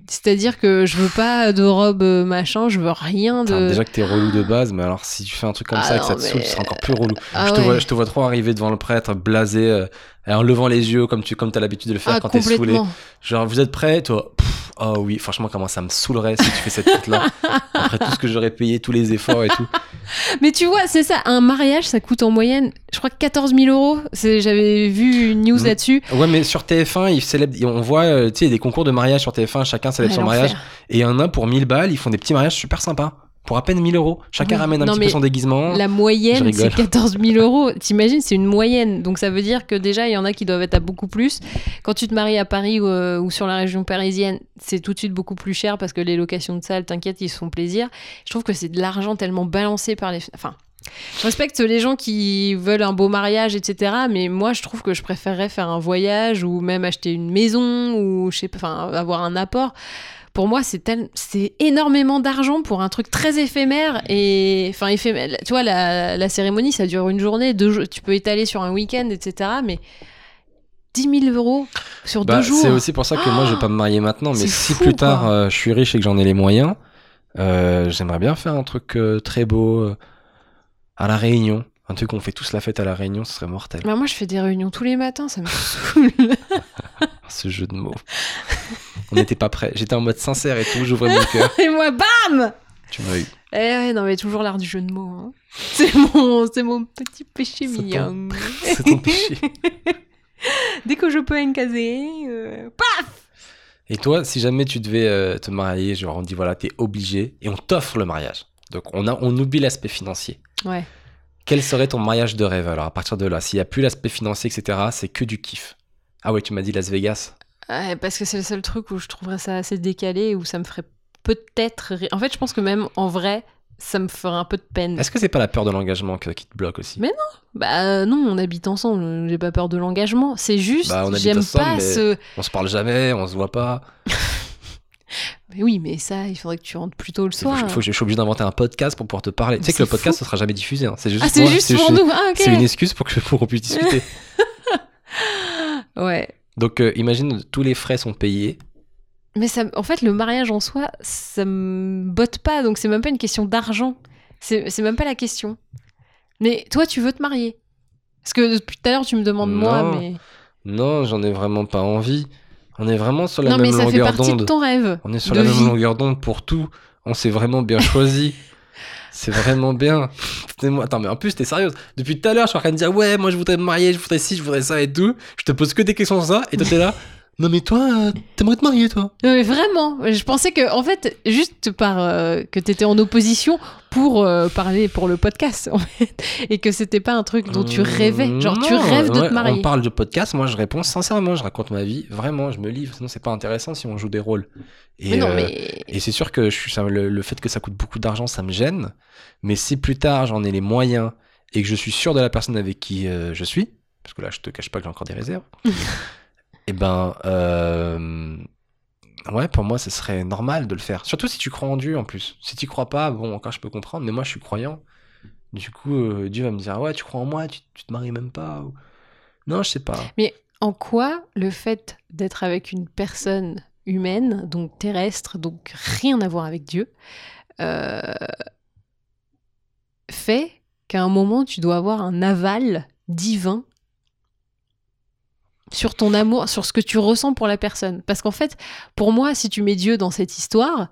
C'est-à-dire que je veux pas de robe euh, machin, je veux rien
Putain,
de.
déjà que t'es relou de base, mais alors si tu fais un truc comme
Ah
ça et que
non,
ça te
mais-
saoule, tu seras encore plus relou.
Ah
je, te vois,
ouais.
je te vois trop arriver devant le prêtre, blasé, euh, en levant les yeux comme tu comme as l'habitude de le faire
Ah,
quand t'es saoulé.
complètement.
Genre, vous êtes prêts Toi, pff, oh oui, franchement, comment ça me saoulerait si tu fais cette tête-là Après tout ce que j'aurais payé, tous les efforts et tout.
Mais tu vois, c'est ça, un mariage, ça coûte en moyenne, je crois, 14 000 euros. C'est- J'avais vu une news
Mm.
là-dessus.
Ouais, mais sur TF1, ils célèbrent, on voit, euh, tu sais, il y a des concours de mariage sur TF1, chacun célèbre
Ah,
son
l'enfer.
mariage. Et il y en a pour 1000 balles, ils font des petits mariages super sympas. Pour à peine 1000 euros. Chacun
Ah Oui.
ramène un
Non,
petit
mais
peu son déguisement.
La
Je
moyenne,
rigole.
c'est 14 000 euros. T'imagines, c'est une moyenne. Donc ça veut dire que déjà, il y en a qui doivent être à beaucoup plus. Quand tu te maries à Paris ou, euh, ou sur la région parisienne, c'est tout de suite beaucoup plus cher parce que les locations de salles, t'inquiète, ils se font plaisir. Je trouve que c'est de l'argent tellement balancé par les... Enfin, je respecte les gens qui veulent un beau mariage, etc. Mais moi, je trouve que je préférerais faire un voyage ou même acheter une maison ou je sais pas, enfin, avoir un apport. Pour moi, c'est tel- c'est énormément d'argent pour un truc très éphémère et enfin éphémère. Tu vois, la, la cérémonie, ça dure une journée, deux jours. Tu peux étaler sur un week-end, etc. Mais 10 000 euros sur
Bah,
deux jours.
c'est aussi pour ça que moi, je vais pas me marier maintenant, mais
Ah C'est
si
fou,
plus
quoi.
tard euh, je suis riche et que j'en ai les moyens, euh, j'aimerais bien faire un truc euh, très beau euh, à La Réunion. Un truc qu'on fait tous la fête à La Réunion, ce serait mortel.
Bah, moi, je fais des réunions tous les matins, ça me saoule.
Ce jeu de mots. On n'était pas prêts. J'étais en mode sincère et tout, j'ouvrais mon cœur.
Et moi, bam
Tu m'as eu.
Eh ouais, non, mais toujours l'art du jeu de mots. hein. C'est mon, c'est mon petit péché
C'est ton-
mignon.
C'est ton péché.
Dès que je peux encaser, euh, paf
Et toi, si jamais tu devais euh, te marier, genre on dit voilà, t'es obligé et on t'offre le mariage. Donc on, a, on oublie l'aspect financier.
Ouais.
Quel serait ton mariage de rêve alors à partir de là S'il n'y a plus l'aspect financier, etc., c'est que du kiff. Ah ouais, tu m'as dit Las Vegas.
Ouais, parce que c'est le seul truc où je trouverais ça assez décalé, où ça me ferait peut-être. rire. En fait, je pense que même en vrai, ça me ferait un peu de peine.
Est-ce que c'est pas la peur de l'engagement que- qui te bloque aussi
Mais Bah euh, non, on habite ensemble, j'ai pas peur de l'engagement. C'est juste,
Bah, on habite
j'aime
ensemble,
pas
mais-
ce.
On se parle jamais, on se voit pas.
Mais oui, mais ça, il faudrait que tu rentres plus tôt le
Il faut,
soir.
il faut que je je suis obligé d'inventer un podcast pour pouvoir te parler. Tu sais
Mais
que le
c'est
podcast,
fou.
ce sera jamais diffusé. hein. C'est juste,
Ah, c'est
moi,
juste pour
je-
nous. Ah, ok.
C'est une excuse pour que pour qu'on puisse discuter.
Ouais.
Donc euh, imagine tous les frais sont payés.
Mais ça, en fait, le mariage en soi, ça me botte pas, donc c'est même pas une question d'argent. C'est c'est même pas la question. Mais toi, tu veux te marier Parce que depuis tout à l'heure, tu me demandes moi,
Non,
mais.
Non, j'en ai vraiment pas envie. On est vraiment sur la
non,
même
mais ça fait
longueur
partie de
d'onde.
ton rêve.
On est sur
de
la même
vie.
longueur d'onde pour tout. On s'est vraiment bien choisi. C'est vraiment bien. T'es- moi- Attends, mais en plus, t'es sérieuse. Depuis tout à l'heure, je suis en train de dire Ouais, moi je voudrais me marier, je voudrais ci, je voudrais ça et tout. Je te pose que des questions sur ça et toi t'es là. Non, mais toi, euh, t'aimerais te marier, toi
Non, mais vraiment, je pensais que, en fait, juste par euh, que t'étais en opposition pour euh, parler pour le podcast, en fait, et que c'était pas un truc dont tu rêvais. Genre, tu
Non,
rêves de
ouais,
te marier.
On parle de podcast, moi je réponds sincèrement, je raconte ma vie, vraiment, je me livre. Sinon, c'est pas intéressant si on joue des rôles. Et,
Mais non,
euh,
mais.
Et c'est sûr que je suis, ça- le, le fait que ça coûte beaucoup d'argent, ça me gêne. Mais si plus tard j'en ai les moyens et que je suis sûr de la personne avec qui euh, je suis, parce que là je te cache pas que j'ai encore des réserves, et ben euh, ouais, pour moi ce serait normal de le faire. Surtout si tu crois en Dieu en plus. Si tu crois pas, bon encore je peux comprendre, mais moi je suis croyant. Du coup euh, Dieu va me dire ouais tu crois en moi, tu, tu te maries même pas. ou- Non je sais pas.
En quoi le fait d'être avec une personne humaine, donc terrestre, donc rien à voir avec Dieu, euh, fait qu'à un moment tu dois avoir un aval divin sur ton amour, sur ce que tu ressens pour la personne. Parce qu'en fait, pour moi, si tu mets Dieu dans cette histoire,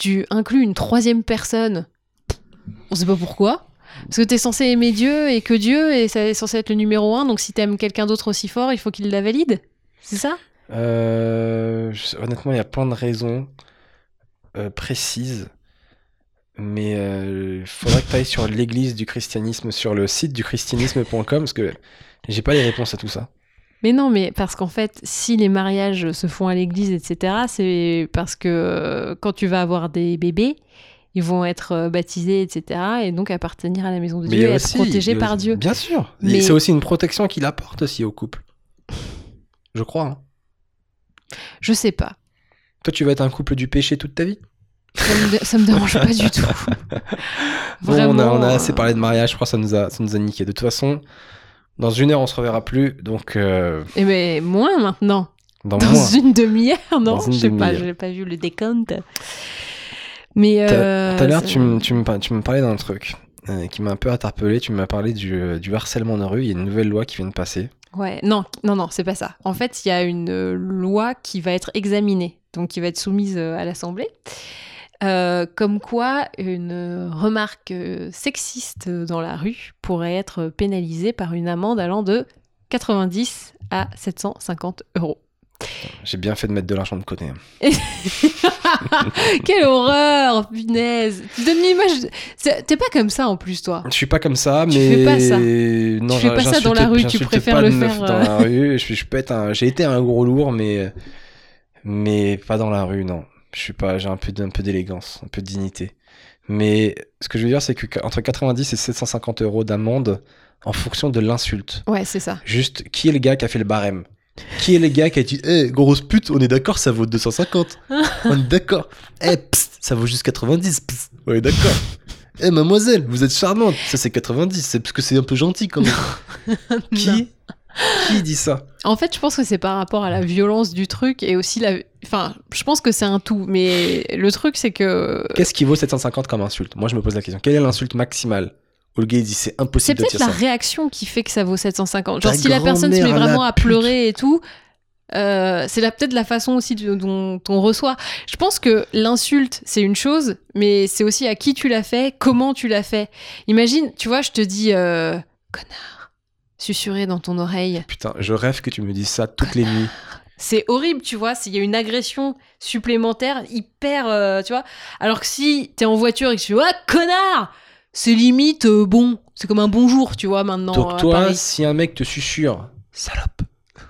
tu inclus une troisième personne, on sait pas pourquoi, parce que t'es censé aimer Dieu et que Dieu est, ça est censé être le numéro un, donc si t'aimes quelqu'un d'autre aussi fort, il faut qu'il la valide. C'est ça
Euh, je sais- honnêtement, il y a plein de raisons euh, précises, mais il faudrait que tu ailles sur l'église du christianisme, sur le site du christianisme.com, parce que j'ai pas les réponses à tout ça.
Mais non, mais parce qu'en fait, si les mariages se font à l'église, etc., c'est parce que euh, quand tu vas avoir des bébés, ils vont être euh, baptisés, etc., et donc appartenir à la maison de
il y
Dieu
a
et
aussi-
être protégés
il y a
par
aussi-
Dieu.
Bien sûr. Et
Mais-
C'est aussi une protection qu'il apporte aussi au couple. Je crois. hein.
Je sais pas.
Toi, tu vas être un couple du péché toute ta vie.
Ça me, dé- ça me dérange pas du tout. Vraiment.
bon, on a, on a assez
euh,
parlé de mariage, je crois que ça nous a, ça nous a niqué. De toute façon, dans une heure, on se reverra plus, donc euh,
Eh mais moins maintenant.
dans,
Dans
moins.
une demi-heure, non
Dans une
Je sais pas,
demi-heure.
j'ai pas vu le décompte. Mais.
T'as-
euh,
Tout à l'heure,
c'est-
tu me, tu me par- tu me parlais d'un truc euh, qui m'a un peu interpellé. Tu m'as parlé du, euh, du harcèlement de rue. Il y a une nouvelle loi qui vient de passer.
Ouais, non, non, non, c'est pas ça. En fait, il y a une euh, loi qui va être examinée, donc qui va être soumise euh, à l'Assemblée, euh, comme quoi une euh, remarque euh, sexiste dans la rue pourrait être pénalisée par une amende allant de 90 à 750 euros.
J'ai bien fait de mettre de l'argent de côté. hein.
Quelle horreur, punaise Tu donnes l'image... c'est- T'es pas comme ça en plus, toi.
Je suis pas comme ça, mais.
Tu fais pas ça.
Non,
Tu fais pas ça
j'insulte-
dans la rue, tu
j'insulte
préfères
pas
le
de meuf
faire,
Dans
euh.
la rue, je suis, je peux être un- J'ai été un gros lourd, mais. Mais pas dans la rue, non. Je suis pas. J'ai un peu, d- un peu d'élégance, un peu de dignité. Mais ce que je veux dire, c'est que qu- entre 90 et 750 euros d'amende en fonction de l'insulte.
Ouais, c'est ça.
Juste, qui est le gars qui a fait le barème Qui est le gars qui a dit Eh, grosse pute, on est d'accord, ça vaut 250. on est d'accord. Eh, psst, ça vaut juste 90. psst. On est d'accord. Eh, mademoiselle, vous êtes charmante. Ça, c'est 90. C'est parce que c'est un peu gentil quand même.
Non.
qui Qui dit ça
En fait, je pense que c'est par rapport à la violence du truc et aussi la... Enfin, je pense que c'est un tout, mais le truc, c'est que...
Qu'est-ce qui vaut 750 comme insulte Moi, je me pose la question. Quelle est l'insulte maximale Où le gars il dit C'est
C'est
impossible de
peut-être
dire
la
ça.
réaction qui fait que ça vaut 750.
Ta
Genre, si la personne se met
grand-mère, la
vraiment à
pute.
pleurer et tout, euh, c'est la- peut-être la façon aussi de- dont on reçoit. Je pense que l'insulte, c'est une chose, mais c'est aussi à qui tu l'as fait, comment tu l'as fait. Imagine, tu vois, je te dis, euh, connard, susurré dans ton oreille.
Putain, je rêve que tu me dises ça toutes les nuits.
C'est horrible, tu vois, s'il y a une agression supplémentaire, hyper, euh, tu vois. Alors que si t'es en voiture et que tu fais, ah, connard C'est limite, euh, bon, c'est comme un bonjour, tu vois, maintenant.
Donc,
à
toi,
Paris.
si un mec te susurre Salope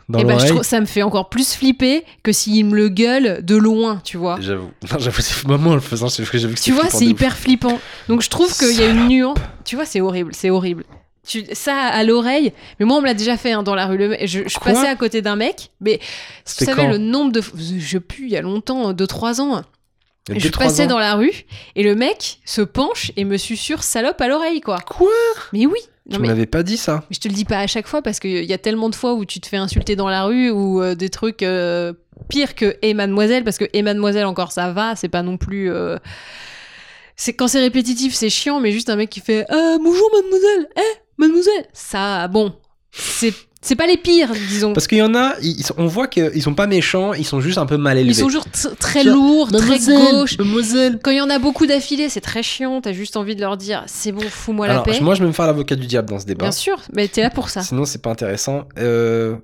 dans
Eh ben, je
l'oreille,
trouve- ça me fait encore plus flipper que s'il me le gueule de loin, tu vois.
J'avoue. Non, j'avoue, c'est maman en le faisant, c'est que j'avoue que
Tu vois,
flippant
c'est
de ouf.
hyper flippant. Donc je trouve qu'il y a une nuance. Tu vois, c'est horrible, c'est horrible. Tu, ça à l'oreille, mais moi on me l'a déjà fait hein, dans la rue. Le- je je
Quoi
passais à côté d'un mec, mais tu
C'était
savais
quand
le nombre de. Je pue il y a longtemps, 2-3 ans. hein.
Il y a
je
deux, trois
passais
ans.
dans la rue et le mec se penche et me susurre salope à l'oreille, quoi.
Quoi
Mais oui Non,
Tu
mais-
m'avais pas dit ça.
mais je te le dis pas à chaque fois parce qu'il y a tellement de fois où tu te fais insulter dans la rue ou euh, des trucs euh, pires que et mademoiselle parce que et mademoiselle encore ça va, c'est pas non plus. euh, C'est quand c'est répétitif, c'est chiant, mais juste un mec qui fait euh, bonjour mademoiselle, eh mademoiselle, ça bon, c'est c'est pas les pires disons.
Parce qu'il y en a, ils, ils sont- on voit qu'ils sont pas méchants, ils sont juste un peu mal élevés.
Ils sont toujours t- très
Tiens,
lourds, très gauche.
Mademoiselle.
Quand il y en a beaucoup d'affilés, c'est très chiant. T'as juste envie de leur dire c'est bon, fous-moi la
Alors, hein.
paix.
moi, je vais me faire l'avocat du diable dans ce débat.
Bien sûr, mais t'es là pour ça.
Sinon, c'est pas intéressant. Euh,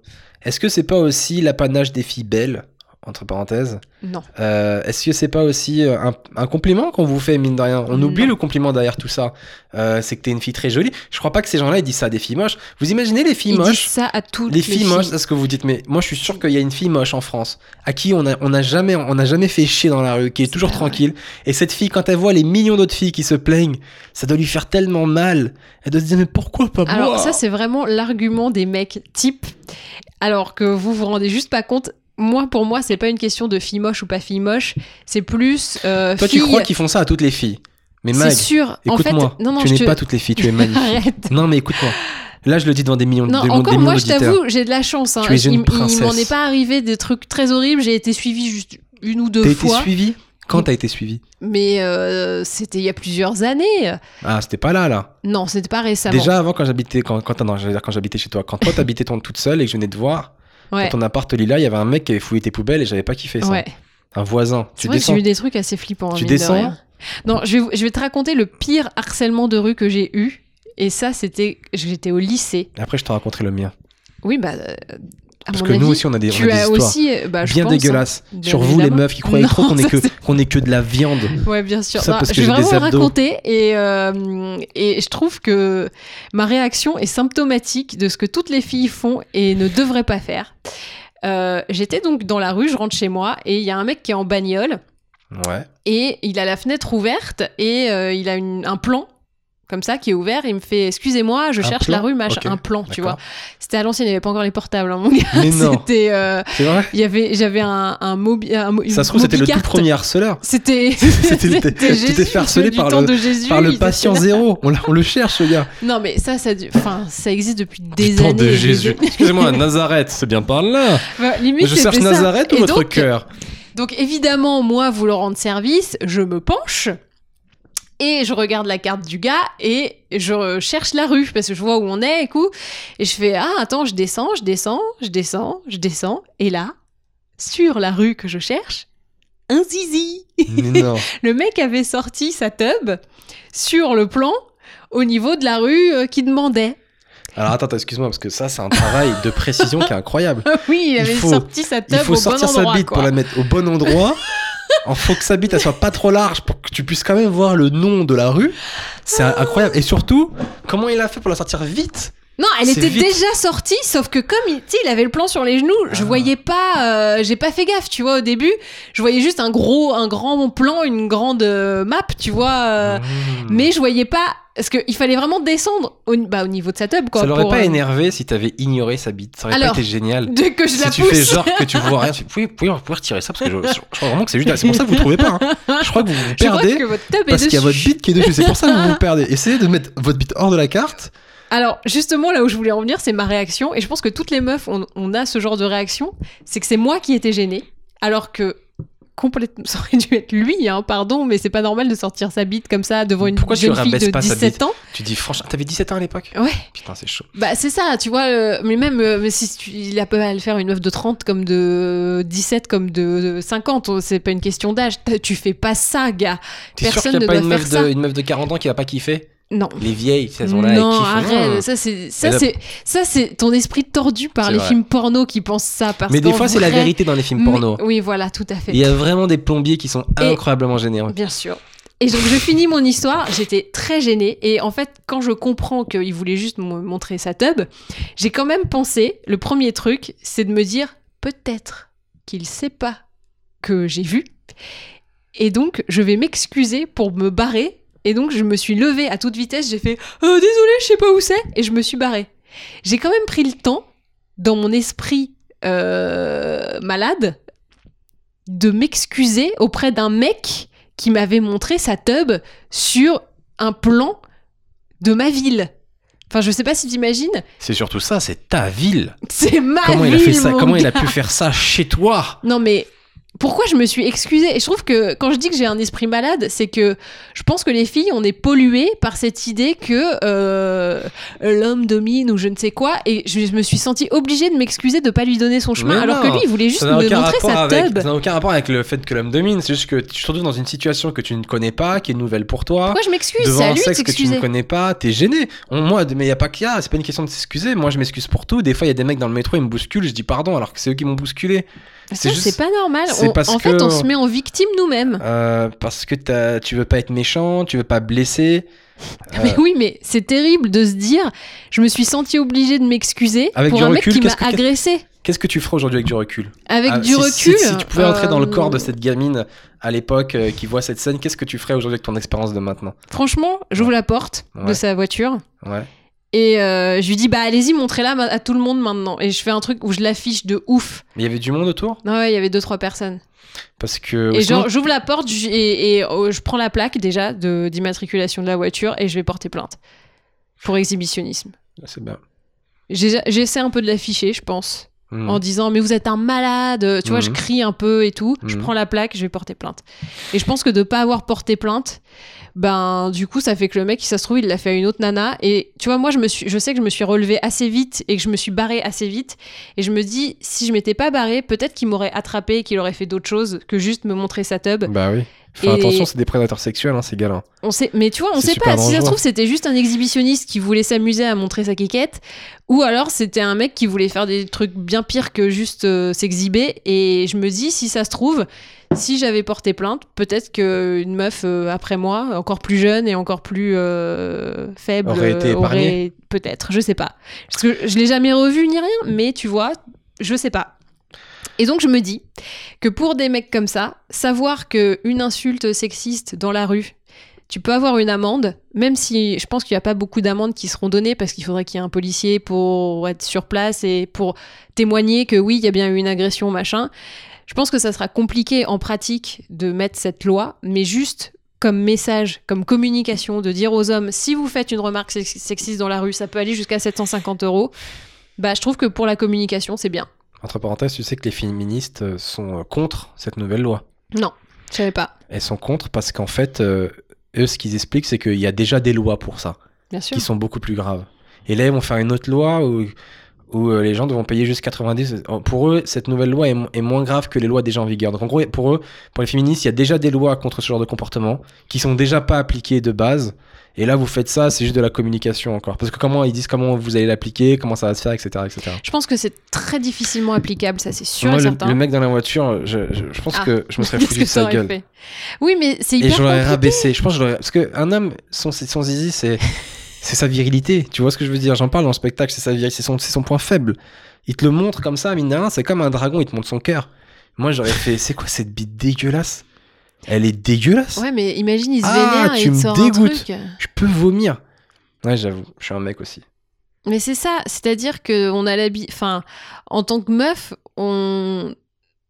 Est-ce que c'est pas aussi l'apanage des filles belles entre parenthèses.
Non.
Euh, Est-ce que c'est pas aussi euh, un, un compliment qu'on vous fait, mine de rien On oublie
Non.
le compliment derrière tout ça. Euh, c'est que t'es une fille très jolie. Je crois pas que ces gens-là, ils disent ça à des filles moches. Vous imaginez les filles
Ils disent
moches
ça à toutes
Les filles, moches, c'est ce que vous dites, mais moi je suis sûr qu'il y a une fille moche en France à qui on a, on a jamais, on a jamais fait chier dans la rue, qui est toujours
pas
tranquille. Et cette fille, quand elle voit les millions d'autres filles qui se plaignent, ça doit lui faire tellement mal. Elle doit se dire, mais pourquoi pas
Alors
moi
ça c'est vraiment l'argument des mecs type alors que vous vous rendez juste pas compte. Moi pour moi c'est pas une question de fille moche ou pas fille moche, c'est plus euh,
Toi,
fille.
tu crois qu'ils font ça à toutes les filles. Mais
c'est
Mag,
sûr. En fait,
écoute-moi.
non non
tu
je
n'es
te
pas toutes les filles, tu es magnifique.
arrête.
non, mais écoute-moi. Là, je le dis devant des millions de
Non,
des millions- des
encore
millions
moi, je
d'auditeurs.
t'avoue, j'ai de la chance. hein.
Tu es une
il il
princesse.
m'en est pas arrivé des trucs très horribles. J'ai été suivie juste une ou
T'as
deux
été
fois,
suivi Quand t'as été suivi
mais euh, c'était il y a plusieurs années.
Ah, c'était pas là, là.
Non, c'était pas récemment.
Déjà, avant, quand j'habitais, quand, quand, non, j'allais dire quand j'habitais chez toi, quand toi t'habitais ton- toute seule et que je venais te voir.
ouais.
Dans ton appart Lila, il y avait un mec qui avait fouillé tes poubelles et j'avais pas kiffé ça.
ouais.
Un voisin.
C'est
Tu
vrai
descends.
que j'ai eu des trucs assez flippants. hein,
Tu
mine de
descends
rien. Non, je vais, je vais te raconter le pire harcèlement de rue que j'ai eu. Et ça, c'était. J'étais au lycée.
Et Après, je te raconterai le mien.
Oui, bah. euh, à
Parce
mon
que nous
avis,
aussi, on a des, on a
tu
des
as
histoires
aussi, euh, bah, je
bien
pense, hein.
dégueulasses.
bien
Sur vous, les
évidemment.
meufs qui croyez trop
Non,
qu'on est,
ça,
que,
c'est-
qu'on est que de la viande.
Ouais, bien sûr.
Ça,
Non,
parce que
je vais
j'ai
vraiment
des
le
abdos.
raconter et, euh, et je trouve que ma réaction est symptomatique de ce que toutes les filles font et ne devraient pas faire. Euh, J'étais donc dans la rue, je rentre chez moi et il y a un mec qui est en bagnole
Ouais.
et il a la fenêtre ouverte et euh, il a une- un plan comme ça qui est ouvert. Et il me fait Excusez-moi, je
Un
cherche
plan
la rue, machin.
Ok,
un plan, tu
d'accord.
vois. C'était à l'ancienne, il n'y avait pas encore les portables, hein, mon gars.
Mais non.
C'était. euh,
C'est vrai.
il y avait- J'avais un, un mobi. un mo- une
Ça se trouve, c'était le tout
mobicarte.
premier harceleur.
C'était
C'était- tu
Jésus,
t'es fait harceler
du
par
temps
le-
de Jésus,
Par
ils
le
étaient
patient
là.
zéro. On, l'a- on le cherche, le gars.
Non mais ça ça du- enfin ça existe depuis des
Du
années.
temps de
et des
Jésus.
années.
Excusez-moi, Nazareth, c'est bien par là.
Bah, limite,
Je cherche
c'était ça.
Nazareth ou
Et
votre
donc,
cœur
Donc évidemment moi voulant rendre service, je me penche et je regarde la carte du gars et je cherche la rue parce que je vois où on est et coup et je fais ah attends, je descends, je descends, je descends, je descends et là sur la rue que je cherche un zizi.
Mais non.
Le mec avait sorti sa tub sur le plan au niveau de la rue euh, qui demandait.
Alors attends, attends, excuse-moi, parce que ça, c'est un travail de précision qui est incroyable.
oui, il
Il
avait
faut-
sorti sa
Il
tub
faut
au
sortir
bon
sa
endroit.
bite
quoi.
pour la mettre au bon endroit. Il faut que sa bite, elle soit pas trop large pour que tu puisses quand même voir le nom de la rue. C'est
Ah.
incroyable. Et surtout, comment il a fait pour la sortir vite
Non, elle
C'est
était
vite.
déjà sortie, sauf que comme il, tu sais, il avait le plan sur les genoux, je
Ah.
voyais pas, euh, j'ai pas fait gaffe, tu vois, au début, je voyais juste un gros, un grand plan, une grande euh, map, tu vois, euh,
Mmh.
mais je voyais pas, parce qu'il fallait vraiment descendre au, bah, au niveau de sa tub, quoi.
Ça l'aurait
pour,
pas
euh,
énervé si t'avais ignoré sa bite. Ça aurait
Alors,
pas été génial.
de que je
si
la
tu
pousse.
fais genre que tu vois rien, tu pouvez, pouvez, pouvez retirer ça parce que je, je crois vraiment que c'est juste. C'est pour ça que vous trouvez pas. hein. Je crois que vous vous
Je crois
perdez
que votre tub est
parce qu'il y a
dessus.
votre bite qui est dessus. C'est pour ça que vous vous perdez. Essayez de mettre votre bite hors de la carte.
Alors justement là où je voulais en venir, c'est ma réaction et je pense que toutes les meufs on, on a ce genre de réaction, c'est que c'est moi qui étais gênée alors que complètement ça aurait dû être lui hein, pardon mais c'est pas normal de sortir sa bite comme ça devant une
Pourquoi tu
jeune fille
rabaisse
de
pas sa
17
bite
ans.
Tu dis franchement, t'avais 17 ans à l'époque
Ouais.
Putain, c'est chaud.
Bah c'est ça, tu vois euh, mais même euh, mais si tu, il a pas à le faire une meuf de 30 comme de 17 comme de 50, oh, c'est pas une question d'âge, T'as- tu fais pas ça gars.
T'es sûr
Personne
qu'il n'y
ne
a pas
doit
une meuf,
faire
de,
ça.
une meuf de 40 ans qui va pas kiffer
Non.
Les vieilles, tu sais, elles sont là, elles
Non,
kiffent.
arrête,
Mmh.
ça c'est ça
Mais la-
c'est ça c'est ton esprit tordu par
C'est
les
vrai.
films porno qui pensent ça parce
Mais des
qu'en
fois, c'est la
vrai,
vérité dans les films porno.
Mais- oui, voilà, tout à fait.
Il y a vraiment des plombiers qui sont
Et-
incroyablement généreux.
Bien sûr. Et donc je finis mon histoire, j'étais très gênée et en fait quand je comprends qu'il voulait juste me montrer sa tub, j'ai quand même pensé, le premier truc c'est de me dire peut-être qu'il sait pas que j'ai vu et donc je vais m'excuser pour me barrer et donc je me suis levée à toute vitesse, j'ai fait Euh, désolé je sais pas où c'est et je me suis barrée. J'ai quand même pris le temps dans mon esprit euh, malade de m'excuser auprès d'un mec qui m'avait montré sa tub sur un plan de ma ville. Enfin, je sais pas si t'imagines,
C'est surtout ça, c'est ta ville.
c'est ma
Comment
ville.
il a fait ça
mon
Comment il
gars.
a pu faire ça chez toi
Non mais pourquoi je me suis excusée Et je trouve que quand je dis que j'ai un esprit malade, c'est que je pense que les filles, on est polluées par cette idée que euh, l'homme domine ou je ne sais quoi. Et je me suis sentie obligée de m'excuser de pas lui donner son chemin,
Mais
alors
non,
que lui, il voulait juste
Ça
me
n'a aucun,
montrer
rapport
sa
avec-
tub.
ça n'a aucun rapport avec le fait que l'homme domine, c'est juste que tu te retrouves dans une situation que tu ne connais pas, qui est nouvelle pour toi,
Pourquoi je m'excuse C'est
devant
à
un
lui de
sexe que tu ne
s'excuser.
connais pas, t'es gêné. On- moi, mais il n'y a pas qu'il y a, c'est pas une question de s'excuser, moi je m'excuse pour tout. Des fois, il y a des mecs dans le métro, ils me bousculent, je dis pardon alors que c'est eux qui m'ont bousculé.
Ça,
juste-
c'est pas normal.
c'est
On-
parce
en fait,
que-
on se met en victime nous-mêmes.
Euh, parce que t'as- tu veux pas être méchant, tu veux pas blesser. Euh,
Mais oui, mais c'est terrible de se dire, je me suis sentie obligée de m'excuser
Avec
pour
du
un
recul,
mec
qu'est-ce
qui
que-
m'a agressée.
Qu'est-ce que tu feras aujourd'hui avec du recul
Avec
Ah, si-
du
si-
recul.
Si, tu pouvais entrer dans le corps de
euh,
cette gamine à l'époque euh, qui voit cette scène, qu'est-ce que tu ferais aujourd'hui avec ton expérience de maintenant
Franchement, j'ouvre la porte de
Ouais.
sa voiture
Ouais.
et euh, je lui dis, bah allez-y, montrez-la ma- à tout le monde maintenant. Et je fais un truc où je l'affiche de ouf.
Mais il y avait du monde autour
Non, ouais, il y avait deux, trois personnes.
Parce que.
et
sinon-
genre, j'ouvre la porte je- et, et, euh, je prends la plaque déjà de- d'immatriculation de la voiture et je vais porter plainte pour exhibitionnisme.
ah, C'est bien.
J'ai- J'essaie un peu de l'afficher, je pense.
Hmm.
en disant mais vous êtes un malade, tu vois, je
Mhm.
crie un peu et tout, je
Mhm.
prends la plaque, je vais porter plainte. Et je pense que de pas avoir porté plainte, ben du coup ça fait que le mec, si ça se trouve, il l'a fait à une autre nana. Et tu vois, moi je me suis, je sais que je me suis relevée assez vite et que je me suis barrée assez vite. Et je me dis si je m'étais pas barrée, peut-être qu'il m'aurait attrapé et qu'il aurait fait d'autres choses que juste me montrer sa tub.
Bah oui. Fais
Et-
attention, c'est des prédateurs sexuels, hein, ces gars-là.
On sait, mais tu vois, on
C'est
sait
super
pas. Si ça se
dangereux.
trouve, c'était juste un exhibitionniste qui voulait s'amuser à montrer sa quéquette, ou alors c'était un mec qui voulait faire des trucs bien pires que juste euh, s'exhiber. Et je me dis, si ça se trouve, si j'avais porté plainte, peut-être qu'une meuf euh, après moi, encore plus jeune et encore plus euh, faible,
Aurait été
euh,
épargnée.
peut-être, je sais pas. Parce que je l'ai jamais revu ni rien, mais tu vois, je sais pas. Et donc je me dis que pour des mecs comme ça, savoir que une insulte sexiste dans la rue, tu peux avoir une amende, même si je pense qu'il n'y a pas beaucoup d'amendes qui seront données parce qu'il faudrait qu'il y ait un policier pour être sur place et pour témoigner que oui, il y a bien eu une agression, machin. Je pense que ça sera compliqué en pratique de mettre cette loi, mais juste comme message, comme communication, de dire aux hommes, si vous faites une remarque sex- sexiste dans la rue, ça peut aller jusqu'à 750 euros. Bah, je trouve que pour la communication, c'est bien.
Entre parenthèses, tu sais que les féministes euh, sont euh, contre cette nouvelle loi.
Je savais pas.
Elles sont contre parce qu'en fait, euh, eux, ce qu'ils expliquent, c'est qu'il y a déjà des lois pour ça,
Bien sûr.
qui sont beaucoup plus graves. Et là, ils vont faire une autre loi où, où euh, les gens devront payer juste 90. En- Pour eux, cette nouvelle loi est, mo- est moins grave que les lois déjà en vigueur. Donc en gros, pour eux, pour les féministes, il y a déjà des lois contre ce genre de comportement qui sont déjà pas appliquées de base. Et là, vous faites ça, c'est juste de la communication encore. Parce que comment ils disent comment vous allez l'appliquer, comment ça va se faire, etc. etc.
Je pense que c'est très difficilement applicable, ça c'est sûr
Moi,
et
le,
certain.
le mec dans la voiture, je, je- je pense
Ah.
que je me serais
Qu'est-ce
foutu
que
de sa
t'aurais
gueule.
fait Oui, mais c'est
Et
hyper
je l'aurais
compliqué.
rabaissé. Je pense que je l'aurais- Parce qu'un homme, son, son zizi, c'est, c'est sa virilité. Tu vois ce que je veux dire J'en parle dans le spectacle, c'est, sa virilité, c'est, son, c'est son point faible. Il te le montre comme ça, mine de rien, c'est comme un dragon, il te montre son cœur. Moi, j'aurais fait, c'est quoi cette bite dégueulasse Elle est dégueulasse
Ouais, mais imagine, il se
Ah,
vénère et
tu
il te
me
sort un
dégoûtes.
truc.
Je peux vomir. Ouais, j'avoue, je suis un mec aussi.
Mais c'est ça, c'est-à-dire que on a l'habit, enfin, en tant que meuf, on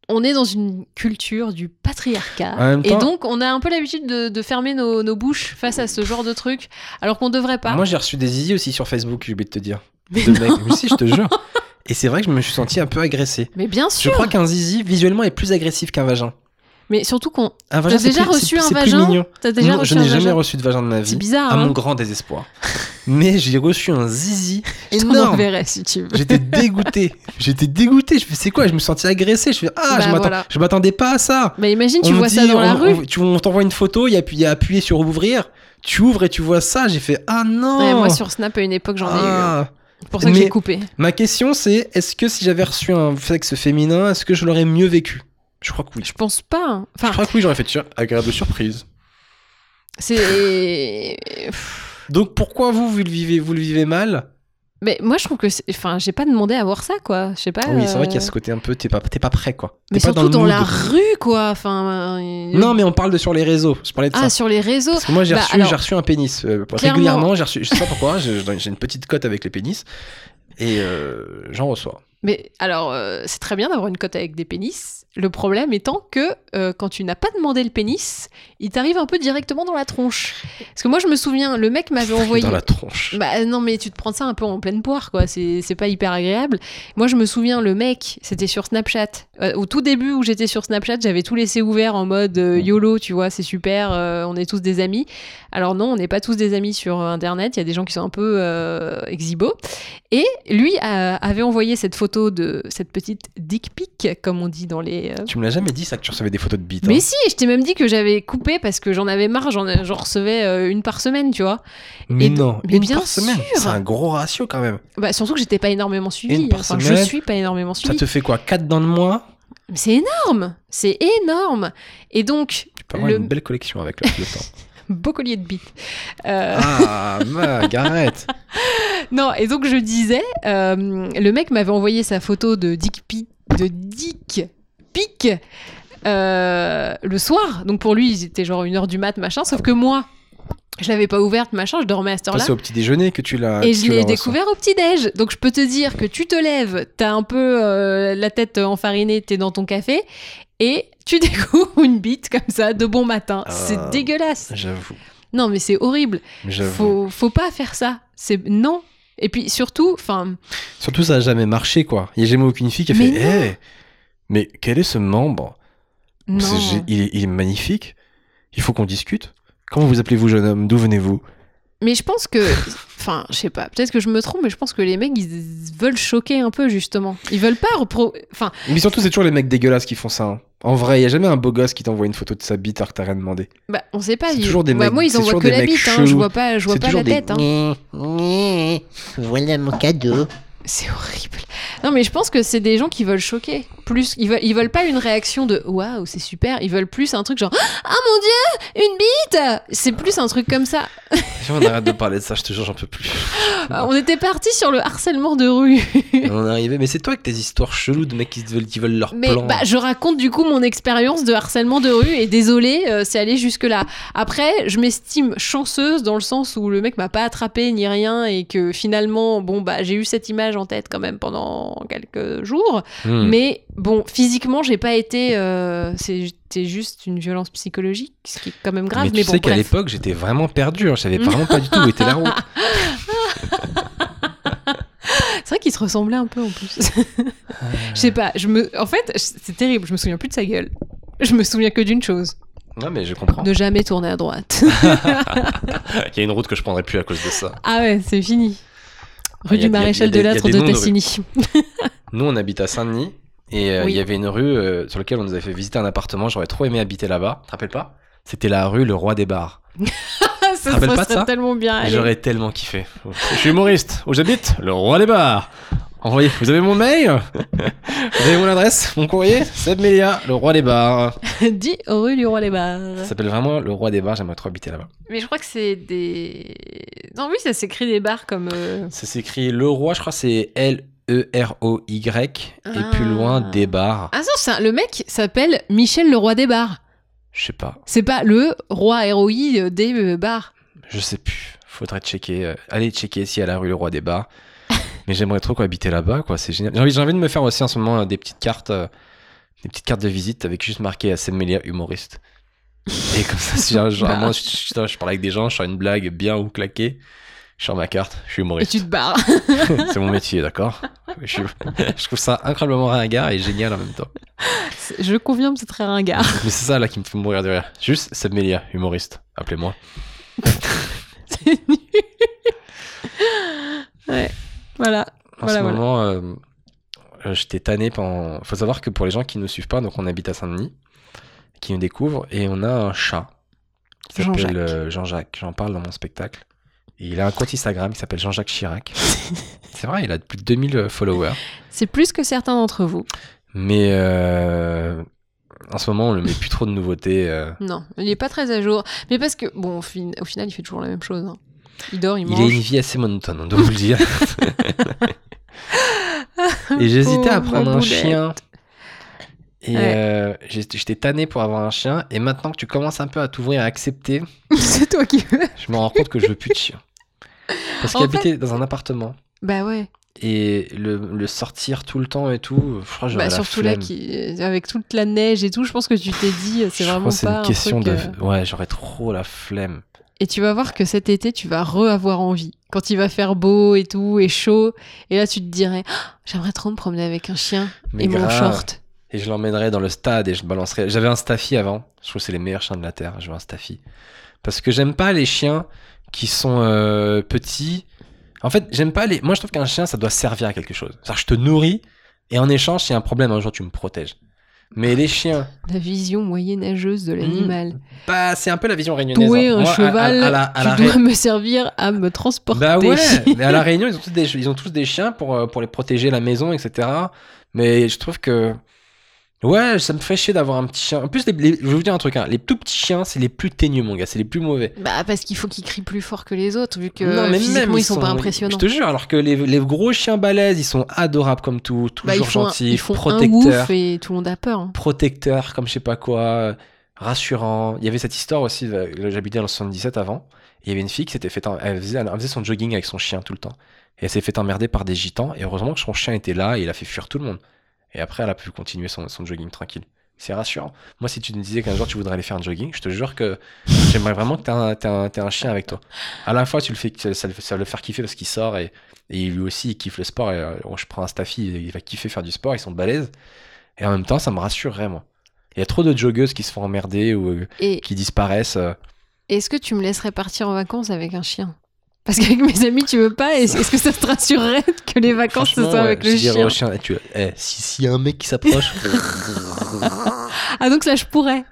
on est dans une culture du patriarcat
En même
et
temps-
donc on a un peu l'habitude de, de fermer nos, nos bouches face à ce genre de truc, alors qu'on devrait pas.
Moi, j'ai reçu des zizi aussi sur Facebook, j'ai oublié de te dire.
mais,
de
non.
mecs. Mais si, je te jure. Et c'est vrai que je me suis senti un peu agressé.
Mais bien
Je
sûr,
crois qu'un zizi, visuellement, est plus agressif qu'un vagin.
mais surtout qu'on.
Un
T'as
vagin, c'est
déjà
plus-
reçu
c'est-
un
c'est plus
vagin
mignon.
T'as déjà
Non,
reçu
je
un
n'ai jamais
vagin
reçu de vagin de ma vie.
C'est bizarre.
à mon
Hein
grand désespoir. Mais j'ai reçu un zizi
Je t'en
énorme.
enverrai si tu veux.
J'étais dégoûté. J'étais dégoûté. Je fais c'est quoi Je me sentais agressé. Je fais ah
Bah,
je m'attends-
voilà.
je m'attendais pas à ça.
Bah imagine, tu
On me
vois ça
dit-
dans la
on-
rue.
on- tu on t'envoie une photo, il y a, il y a appuyé sur ouvrir. Tu ouvres et tu vois ça. J'ai fait ah non.
Ouais, moi sur Snap à une époque j'en ai eu. hein.
Ah.
C'est pour ça que
Mais-
j'ai coupé.
Ma question c'est est-ce que si j'avais reçu un sexe féminin, est-ce que je l'aurais mieux vécu Je crois que oui.
Je pense pas. hein.
Je
Enfin,
crois que oui, j'aurais fait tiens, agréable surprise.
c'est.
Donc pourquoi vous vous le vivez vous le vivez mal
Mais moi je trouve que. c'est- Enfin, j'ai pas demandé à voir ça quoi. Je sais pas.
Oui, c'est vrai
euh,
qu'il y a ce côté un peu t'es pas t'es pas prêt quoi. T'es
Mais
pas
surtout dans,
le mood.
la rue quoi. Enfin. euh,
Non, mais on parle de sur les réseaux. Je parlais de
Ah,
ça.
sur les réseaux.
Parce que moi, j'ai
bah,
reçu,
alors-
j'ai reçu un pénis. euh,
Clairement.
régulièrement, j'ai reçu. Je sais pas pourquoi, je- je- j'ai une petite cote avec les pénis. Et euh, j'en reçois.
Mais alors, euh, c'est très bien d'avoir une cote avec des pénis. Le problème étant que euh, quand tu n'as pas demandé le pénis, il t'arrive un peu directement dans la tronche. Parce que moi je me souviens, le mec m'avait envoyé.
Dans la tronche.
Bah non, mais tu te prends ça un peu en pleine poire, quoi. C'est c'est pas hyper agréable. Moi, je me souviens, le mec, c'était sur Snapchat. Euh, au tout début où j'étais sur Snapchat, j'avais tout laissé ouvert en mode euh, YOLO, tu vois, c'est super, euh, on est tous des amis. Alors non, on n'est pas tous des amis sur euh, Internet. Il y a des gens qui sont un peu euh, exhibos. Et lui euh, avait envoyé cette photo de cette petite dick pic, comme on dit dans les. euh,
Tu me l'as jamais dit ça que tu recevais des photos de bites. hein.
mais si, je t'ai même dit que j'avais coupé parce que j'en avais marre, j'en j'en recevais euh, une par semaine, tu vois.
Mais
et-
non,
mais
une
bien
par semaine.
sûr.
C'est un gros ratio quand même.
Bah, surtout que j'étais pas énormément suivie.
Une par
Enfin, je
semaine.
suis pas énormément suivie.
Ça te fait quoi 4 dans le mois
Mais C'est énorme, c'est énorme. Et donc,
Tu peux avoir
Le-
une belle collection avec le, le temps.
beau collier de bites. Euh,
Ah, mag, arrête.
Non, et donc je disais, euh, le mec m'avait envoyé sa photo de Dick Pic, de Dick Pic euh, le soir. Donc pour lui, il était genre une heure du mat, machin. Sauf que moi, je l'avais pas ouverte, machin. Je dormais à cette
Toi,
heure-là.
C'est au petit déjeuner que tu l'as.
Et
que
je
Ah, tu la
l'ai
reçois.
découvert au petit-déj. Donc je peux te dire que tu te lèves, t'as un peu euh, la tête enfarinée, t'es dans ton café, et tu découvres une bite comme ça de bon matin. C'est
Ah.
dégueulasse.
J'avoue.
Non mais c'est horrible.
J'avoue.
Faut, faut pas faire ça. C'est non. Et puis surtout, enfin,
Surtout, ça a jamais marché quoi. Il n'y a jamais aucune fille qui a
Mais
fait
non.
Hey, mais quel est ce membre
non.
C'est gé- il, est, il est magnifique. Il faut qu'on discute. Comment vous appelez-vous, jeune homme D'où venez-vous
Mais je pense que, Enfin, je sais pas. Peut-être que je me trompe, mais je pense que les mecs, ils veulent choquer un peu, justement. Ils veulent pas repro. Enfin,
Mais surtout, c'est toujours les mecs dégueulasses qui font ça. hein. En vrai, il y a jamais un beau gosse qui t'envoie une photo de sa bite alors que t'as rien demandé.
bah, on sait pas.
C'est
ils-
toujours des
Bah,
mecs-
moi, ils
c'est
envoient
toujours
que
des
la
mecs
bite. hein. Je
chelous.
vois pas, je vois
C'est
pas la
toujours des-
tête. hein.
Voilà mon cadeau.
C'est horrible. Non, mais je pense que c'est des gens qui veulent choquer. Plus, ils veulent, ils veulent pas une réaction de waouh, c'est super. Ils veulent plus un truc genre ah mon dieu, une bite. C'est plus un truc comme ça.
on arrête de parler de ça, je te jure, j'en peux plus.
Ah, On était parti sur le harcèlement de rue.
on est arrivé. Mais c'est toi avec tes histoires cheloues de mecs qui veulent, qui veulent leur
Mais
plan.
bah, je raconte du coup mon expérience de harcèlement de rue et désolé, euh, c'est allé jusque là. Après, je m'estime chanceuse dans le sens où le mec m'a pas attrapé ni rien et que finalement, bon bah, j'ai eu cette image en tête quand même pendant quelques jours.
Hmm.
Mais bon, physiquement, j'ai pas été. euh, C'était juste une violence psychologique, ce qui est quand même grave.
Mais
Mais,
tu
bon,
sais qu'à
bref.
l'époque, j'étais vraiment perdu. hein. Je savais vraiment pas du tout où était la route.
C'est vrai qu'il se ressemblait un peu en plus.
Ah.
Je sais pas. Je me. En fait, c'est terrible. Je me souviens plus de sa gueule. Je me souviens que d'une chose
Non, mais je comprends.
ne jamais tourner à droite.
Ah. Il y a une route que je prendrais plus à cause de ça.
Ah ouais, c'est fini.
Il Ah, y
Rue
a-
du
il y a- il y a
Maréchal de
des- il y a
l'Astre
des
de
noms de
Tassigny.
Nous, on habite à Saint-Denis. Et euh, il
Oui.
y avait une rue euh, sur laquelle on nous avait fait visiter un appartement. J'aurais trop aimé habiter là-bas. Tu te rappelles pas C'était la rue Le Roi des Bars.
Ah, ça
rappelles
ça
pas de
serait
ça
tellement bien.
Et
allez.
J'aurais tellement kiffé. Je suis humoriste. Où j'habite Le roi des bars. Envoyez. Vous avez mon mail Vous avez mon adresse Mon courrier Seb Melia, le roi des bars.
10 rue du Roi des Bars.
Ça s'appelle vraiment le roi des bars. J'aimerais trop habiter là-bas.
Mais je crois que c'est des. Non, oui, ça s'écrit des bars comme. euh,
Ça s'écrit le roi, je crois, c'est E L-E-R-O-Y. Et
Ah.
plus loin, des bars.
Ah non, c'est un- le mec s'appelle Michel le Roi des Bars.
Je sais pas.
C'est pas le roi ROI des euh, bars.
Je sais plus. Faudrait checker. euh, Allez checker s'il y a la rue le roi des bars. Mais j'aimerais trop quoi, habiter là-bas, quoi. C'est génial. J'ai envie, j'ai envie de me faire aussi en ce moment euh, des petites cartes, euh, des petites cartes de visite avec juste marqué à Seb Melia humoriste. Et comme ça, si un jour,
Bah.
moi, je, je- je parle avec des gens, je fais une blague bien ou claquée, je sors ma carte, je suis
Et
humoriste.
tu te barres.
C'est mon métier, d'accord je, suis- je trouve ça incroyablement ringard et génial en même temps.
C'est- je confirme, c'est très ringard.
Mais c'est ça là qui me fait mourir de rire. Juste Seb Melia humoriste, appelez-moi.
C'est nul. ouais. Voilà.
En
Voilà,
ce
voilà.
moment, euh, euh, j'étais tanné pendant. Faut savoir que pour les gens qui ne nous suivent pas, donc on habite à Saint-Denis, qui nous découvrent, et on a un chat qui
Jean-Jacques.
s'appelle euh, Jean-Jacques. J'en parle dans mon spectacle. Et il a un compte Instagram qui s'appelle Jean-Jacques Chirac. C'est vrai, il a plus de 2000 followers.
C'est plus que certains d'entre vous.
Mais euh, en ce moment, on ne met plus trop de nouveautés. euh.
Non, il est pas très à jour. Mais parce que, bon, au, fin- au final, il fait toujours la même chose. hein. Il dort, il,
Il
mange.
a une vie assez monotone, on doit vous le dire. et j'hésitais à
Pauvre
prendre un
boulette.
chien. Et
Ouais.
euh, j'ai- j'étais tanné pour avoir un chien. Et maintenant que tu commences un peu à t'ouvrir à accepter,
C'est toi qui veux.
je me rends compte que je veux plus de chien. Parce
En
qu'habiter dans un appartement
Bah ouais.
et le, le sortir tout le temps et tout, je crois que j'aurais
Bah,
la
surtout là,
flemme.
qui- euh, avec toute la neige et tout, je pense que tu t'es dit, euh, c'est
Je crois
vraiment
que c'est
pas
une question
un truc, euh,
de. Ouais, j'aurais trop la flemme.
Et tu vas voir que cet été, tu vas re-avoir envie. Quand il va faire beau et tout, et chaud. Et là, tu te dirais, Ah, j'aimerais trop me promener avec un chien
Mais
et mon
grave.
short.
Et je l'emmènerais dans le stade et je le balancerais. J'avais un staffy avant. Je trouve que c'est les meilleurs chiens de la Terre. Je veux un staffy. Parce que j'aime pas les chiens qui sont euh, petits. En fait, j'aime pas les. Moi, je trouve qu'un chien, ça doit servir à quelque chose. C'est-à-dire, je te nourris et en échange, s'il y a un problème, un jour, tu me protèges. Mais les chiens,
La vision moyenâgeuse
Mmh.
de l'animal.
bah, c'est un peu la vision réunionnaise.
Doué
hein.
un
Moi, à- à-
cheval,
à la- à la
tu dois
Ré-
me servir à me transporter.
Bah ouais, mais à la Réunion, ils ont tous des, ils ont tous des chiens pour, euh, pour les protéger la maison, etc. Mais je trouve que. Ouais, ça me fait chier d'avoir un petit chien. En plus, les- les- je vais vous dire un truc, hein, les tout petits chiens, c'est les plus teigneux, mon gars, c'est les plus mauvais.
Bah parce qu'il faut qu'ils crient plus fort que les autres vu que
Non, mais
physiquement
même,
ils sont, pas impressionnants.
Je te jure, alors que les, les gros chiens balèzes, ils sont adorables comme tout,
Bah,
toujours
ils font, un-
gentils,
ils font un
protecteurs,
ouf et tout le monde a peur. hein.
protecteurs, comme je sais pas quoi, euh, rassurants. Il y avait cette histoire aussi, euh, j'habitais dans le 77 avant, et il y avait une fille qui s'était fait, en- elle faisait, elle faisait son jogging avec son chien tout le temps. Et elle s'est fait emmerder par des gitans, et heureusement que son chien était là, et il a fait fuir tout le monde. Et après, elle a pu continuer son, son jogging tranquille. C'est rassurant. Moi, si tu me disais qu'un jour tu voudrais aller faire un jogging, je te jure que j'aimerais vraiment que tu un, t'aies un, t'aies un chien avec toi. À la fois, tu le fais, ça, ça le fait- ça va le faire kiffer parce qu'il sort et, et lui aussi, il kiffe le sport. Et, euh, je prends un staffy, il va kiffer faire du sport, ils sont balèzes. Et en même temps, ça me rassurerait, moi. Il y a trop de joggeuses qui se font emmerder ou euh,
Et
qui disparaissent. euh.
est-ce que tu me laisserais partir en vacances avec un chien Parce qu'avec mes amis, tu veux pas Est-ce est-ce que ça te rassurerait que les vacances ce
Franchement,
soit
ouais,
avec
je
le
dirais
chien
au chien, eh, tu- eh, si, si y a un mec qui s'approche,
Ah, donc là, je pourrais.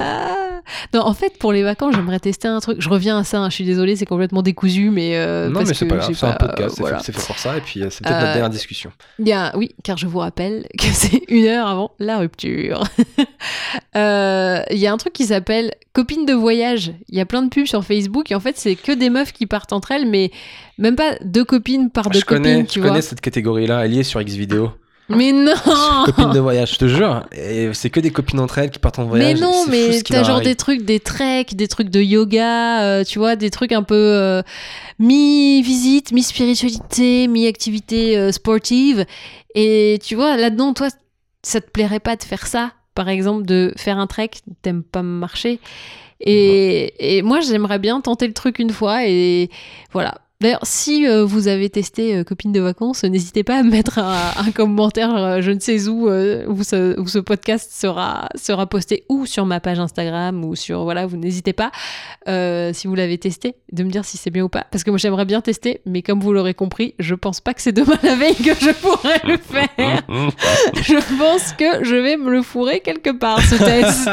Ah. Non, en fait, pour les vacances, j'aimerais tester un truc. Je reviens à ça, hein, je suis désolée, c'est complètement décousu, mais. euh,
non
parce
mais c'est
que
pas grave,
j'ai
c'est un
pas,
podcast,
euh,
c'est
voilà.
fait- c'est fait pour ça, et puis euh, c'est peut-être
Euh,
notre dernière discussion.
Il y a- oui, car je vous rappelle que c'est une heure avant la rupture. Euh, Il y a un truc qui s'appelle copine de voyage. Il y a plein de pubs sur Facebook et en fait, c'est que des meufs qui partent entre elles, mais même pas deux copines par deux
Ah, Je connais,
copines,
je
tu
connais
vois.
cette catégorie-là, elle y est sur X vidéo.
Mais
Hein
non
Copines de voyage, je te jure. Et c'est que des copines entre elles qui partent en
Mais
voyage.
non,
c'est fou
mais
ce qui
t'as
leur
genre
arrive.
des trucs, des treks, des trucs de yoga, euh, tu vois, des trucs un peu euh, mi-visite, mi-spiritualité, mi-activité euh, sportive. Et tu vois, là-dedans, toi, ça te plairait pas de faire ça, par exemple, de faire un trek, t'aimes pas marcher. Et, et moi, j'aimerais bien tenter le truc une fois. Et voilà. D'ailleurs, si euh, vous avez testé euh, Copines de vacances, euh, n'hésitez pas à mettre un, un commentaire, euh, je ne sais où, euh, où, ce, où ce podcast sera, sera posté, ou sur ma page Instagram, ou sur. Voilà, vous n'hésitez pas, euh, si vous l'avez testé, de me dire si c'est bien ou pas. Parce que moi, j'aimerais bien tester, mais comme vous l'aurez compris, je pense pas que c'est demain la veille que je pourrais le faire. je pense que je vais me le fourrer quelque part, ce test.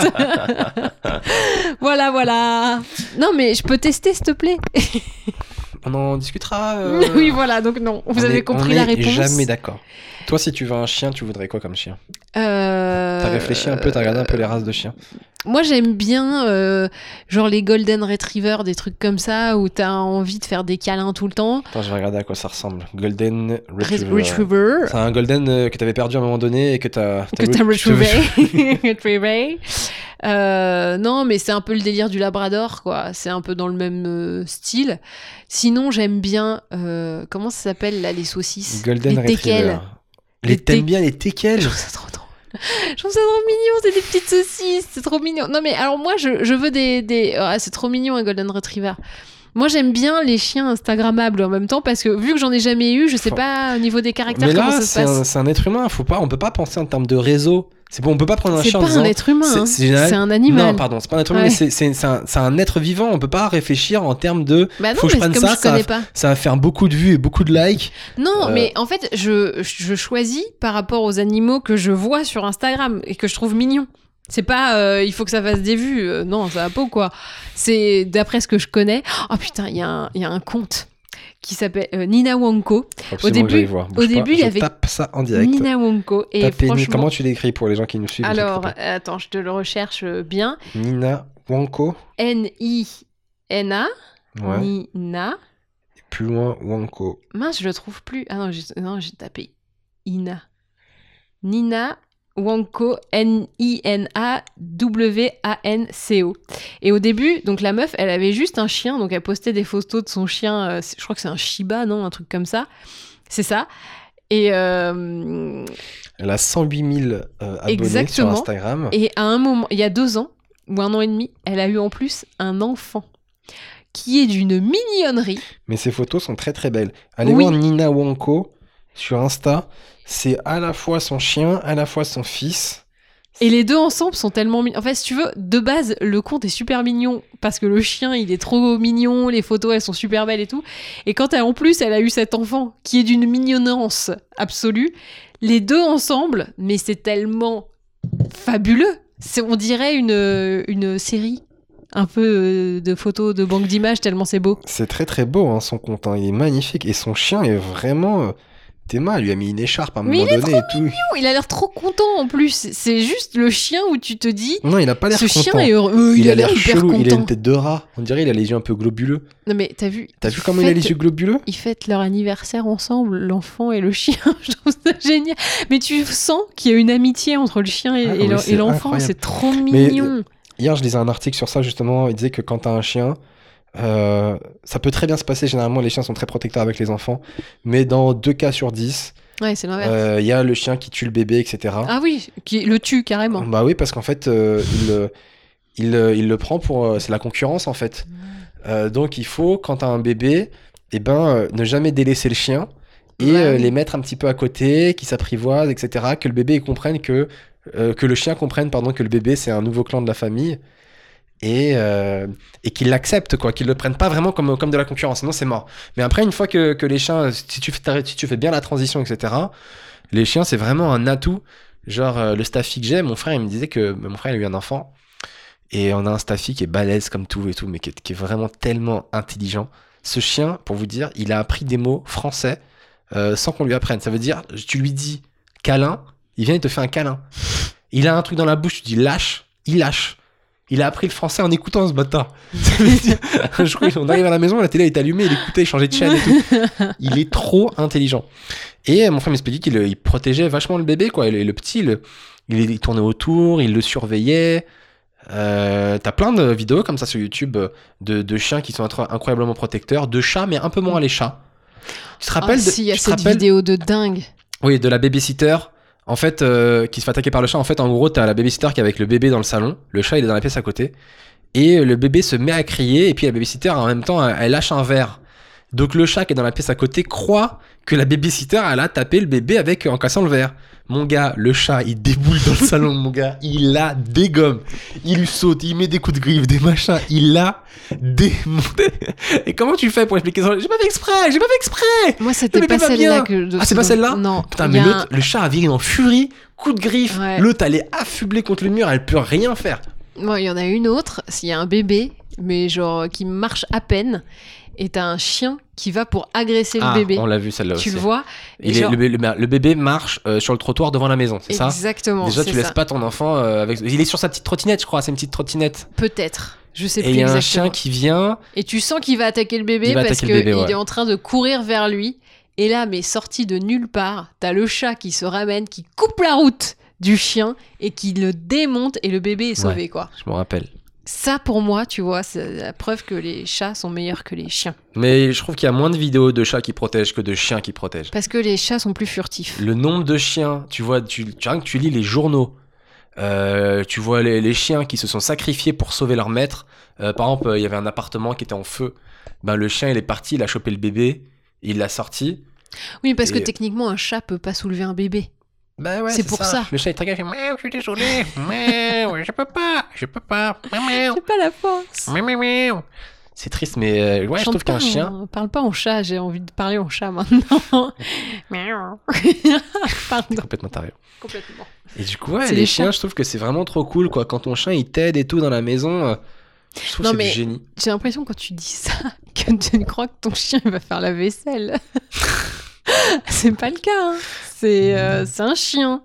voilà, voilà. Non, mais je peux tester, s'il te plaît.
On en discutera. euh,
oui, voilà, donc non, vous
on
avez
est-
compris
on
la
est
réponse.
jamais d'accord. Toi, si tu veux un chien, tu voudrais quoi comme chien
Euh,
T'as réfléchi un peu, t'as regardé un peu les races de chiens.
Moi, j'aime bien, euh, genre les Golden Retriever, des trucs comme ça, où t'as envie de faire des câlins tout le temps.
Attends, je vais regarder à quoi ça ressemble. Golden Retriever.
Retriever. Retriever.
C'est un golden euh, que t'avais perdu à un moment donné et que t'as
Que
voulu-
t'as
je te-
retrouvé. Retriever. Euh, non, mais c'est un peu le délire du Labrador, quoi. C'est un peu dans le même euh, style. Sinon, j'aime bien. euh, comment ça s'appelle, là, les saucisses
Golden
Les teckels.
Retriever. Les
Les
t'aimes
tec-
bien les teckels
Je trouve ça trop drôle. Je trouve ça trop mignon, c'est des petites saucisses, c'est trop mignon. Non mais alors moi je, je veux des... des... Ah, c'est trop mignon un Golden Retriever. Moi j'aime bien les chiens Instagrammables en même temps parce que vu que j'en ai jamais eu, je sais
Faut-
pas au niveau des caractères
Mais
comment
là,
ça se
c'est un,
passe.
c'est un être humain. Faut pas, on peut pas penser en termes de réseau. C'est bon, on peut pas prendre un
C'est
chien en
pas un
disant-
être humain,
c'est-
hein.
c'est général-
c'est un animal.
Non, pardon, c'est pas un être humain,
Ouais.
mais c'est- c'est c'est un, c'est un être vivant. On peut pas réfléchir en termes de
bah non,
faut que je
mais
prenne
comme
ça,
je
ça-
connais pas.
ça va faire beaucoup de vues et beaucoup de likes.
Non,
Euh,
mais en fait, je, je choisis par rapport aux animaux que je vois sur Instagram et que je trouve mignons. C'est pas euh, il faut que ça fasse des vues. euh, non, ça va pas ou quoi. C'est d'après ce que je connais. Oh putain, il y, a un- il y a un compte qui s'appelle euh, Nina Wonko.
Faut absolument que
début-
j'aille voir. Bouge
au
pas,
début, il y
je
avait
tape ça en direct.
Nina Wonko. Et
Tapez Ni-
franchement.
Comment tu l'écris pour les gens qui nous suivent je sais
alors,
pas.
attends, je te le recherche euh, bien.
Nina Wanko.
N-I-N-A.
Ouais.
Nina.
Plus loin, Wanko.
Mince, je le trouve plus. Ah non, j'ai non, j'ai tapé Ina. Nina Wanko, N-I-N-A-W-A-N-C-O. Et au début, donc la meuf, elle avait juste un chien, donc elle postait des photos de son chien, euh, c'est- je crois que c'est un Shiba, non Un truc comme ça. C'est ça. Et, euh,
Elle a 108 000 euh, abonnés sur
Exactement.
Instagram.
et à un moment, il y a deux ans, ou un an et demi, elle a eu en plus un enfant qui est d'une mignonnerie.
Mais ses photos sont très très belles. Allez
Oui.
voir Nina Wanko sur Insta. C'est à la fois son chien, à la fois son fils.
Et les deux ensemble sont tellement mignons. En fait, si tu veux, de base, le conte est super mignon parce que le chien, il est trop mignon, les photos, elles sont super belles et tout. Et quand elle, en plus, elle a eu cet enfant qui est d'une mignonnance absolue, les deux ensemble, mais c'est tellement fabuleux. C'est, on dirait une, une série un peu euh, de photos de banque d'images tellement c'est beau.
C'est très très beau hein, son compte. hein. Il est magnifique. Et son chien est vraiment. euh, Théma elle lui a mis une écharpe à un
Mais
moment donné et tout.
Non, il a l'air trop content en plus. C'est juste le chien où tu te dis,
Non, il a pas l'air
ce
content.
chien est heureux. Euh, il, a l'air hyper
chelou, il a
content.
une tête de rat. On dirait il a les yeux un peu globuleux.
Non mais t'as vu
T'as vu comment il a les
Faites-
yeux globuleux
ils fêtent leur anniversaire ensemble, l'enfant et le chien. Je trouve ça génial. Mais tu sens qu'il y a une amitié entre le chien et,
Ah,
et
mais
l'en-
c'est
et l'enfant.
incroyable.
C'est trop
Mais, euh,
mignon.
Hier, je lisais un article sur ça justement. Il disait que quand t'as un chien, euh, ça peut très bien se passer. Généralement, les chiens sont très protecteurs avec les enfants. Mais dans deux cas sur 10,
Ouais, c'est l'inverse.
euh, il y a le chien qui tue le bébé, etc.
Ah oui, qui le tue carrément.
Bah oui, parce qu'en fait, euh, il, euh, il, euh, il le prend pour. euh, c'est la concurrence en fait.
Ah.
Euh, donc il faut, quand t'as un bébé, eh ben, euh, ne jamais délaisser le chien et
Ouais,
euh,
oui.
les mettre un petit peu à côté, qu'ils s'apprivoisent, etc. Que le bébé comprenne que. euh, que le chien comprenne, pardon, que le bébé c'est un nouveau clan de la famille. et, euh, et qu'ils l'acceptent, quoi, qu'ils le prennent pas vraiment comme, comme de la concurrence, sinon c'est mort. Mais après, une fois que, que les chiens, si tu, fais- si tu fais bien la transition, etc., les chiens, c'est vraiment un atout. Genre, euh, le staffy que j'ai, mon frère, il me disait que mon frère, il a eu un enfant, et on a un staffy qui est balèze comme tout et tout, mais qui est, qui est vraiment tellement intelligent. Ce chien, pour vous dire, il a appris des mots français euh, sans qu'on lui apprenne. Ça veut dire, tu lui dis câlin, il vient, il te fait un câlin. Il a un truc dans la bouche, tu dis lâche, il lâche. Il a appris le français en écoutant ce bâtard. Ça veut dire, un jour, on arrive à la maison, la télé est allumée, il écoutait, il changeait de chaîne et tout. Il est trop intelligent. Et euh, mon frère m'expliquait qu'il il protégeait vachement le bébé, quoi. Et le, le petit, le- il, il tournait autour, il le surveillait. Euh, T'as plein de vidéos comme ça sur YouTube euh, de, de chiens qui sont incro- incroyablement protecteurs, de chats, mais un peu moins les chats. Tu te rappelles
Mm. Ah,
de-
si, il y a
tu te
cette
rappelles-
vidéo de dingue.
oui, de la babysitter. En fait, euh, qui se fait attaquer par le chat. En fait, en gros, t'as la babysitter qui est avec le bébé dans le salon. Le chat, il est dans la pièce à côté. Et le bébé se met à crier. Et puis la babysitter, en même temps, elle, elle lâche un verre. Donc le chat qui est dans la pièce à côté croit que la babysitter, elle a tapé le bébé avec en cassant le verre. Mon gars, le chat, il déboule dans le salon, mon gars. Il la dégomme. Il lui saute, il met des coups de griffe, des machins. Il la démonté. Et comment tu fais pour expliquer ça J'ai pas fait exprès, j'ai pas fait exprès
Moi, c'était
Mais
pas
t'es pas
celle-là
bien.
que je.
Ah, c'est pas celle-là
Non.
Putain,
il y
mais
a
l'autre,
un-
le chat a viré en furie, coup de griffe,
Ouais.
l'autre, elle est affublée contre le mur, elle peut rien faire.
Bon, il y en a une autre, s'il y a un bébé, mais genre qui marche à peine, et t'as un chien qui va pour agresser le
Ah,
bébé.
on l'a vu celle-là aussi.
Tu le vois et
Il est-
genre-
le, bé- le bé- le bébé marche euh, sur le trottoir devant la maison, c'est ça
Exactement.
Déjà,
c'est
tu laisses
ça.
pas ton enfant euh, avec. Il est sur sa petite trottinette, je crois, c'est une petite trottinette.
Peut-être. Je sais
Et
plus
il y a un
exactement.
chien qui vient.
Et tu sens qu'il va attaquer le bébé
Il va
parce
attaquer le
qu'il
bébé, ouais.
est en train de courir vers lui. Et là, mais sorti de nulle part, t'as le chat qui se ramène, qui coupe la route du chien et qui le démonte et le bébé est sauvé, quoi.
Je m'en rappelle.
Ça, pour moi, tu vois, c'est la preuve que les chats sont meilleurs que les chiens.
Mais je trouve qu'il y a moins de vidéos de chats qui protègent que de chiens qui protègent.
Parce que les chats sont plus furtifs.
Le nombre de chiens, tu vois, tu, tu, rien que tu lis les journaux, euh, tu vois les, les chiens qui se sont sacrifiés pour sauver leur maître. Euh, par exemple, euh, il y avait un appartement qui était en feu. Ben, le chien, il est parti, il a chopé le bébé, il l'a sorti.
Oui, parce que
Et-
techniquement, un chat peut pas soulever un bébé.
Ben ouais,
C'est pour ça.
Le chien, il tracaille, il fait Miaou, je suis désolé, miaou, je peux pas, je peux pas, miaou,
J'ai pas la force.
miaou, miaou, miaou. C'est triste, mais euh, ouais, je
Chante
trouve qu'un
pas hein. en-
chien.
Parle pas en chat, j'ai envie de parler en chat maintenant. Miaou. Pardon,
Complètement taré.
complètement.
Et du coup, ouais,
C'est
les
les
chiens, je trouve que c'est vraiment trop cool, quoi. Quand ton chien, il t'aide et tout dans la maison, euh, je trouve
Non,
que c'est
mais-
du génie.
J'ai l'impression quand tu dis ça que tu ne crois que ton chien il va faire la vaisselle. c'est pas le cas. hein. C'est euh, c'est un chien.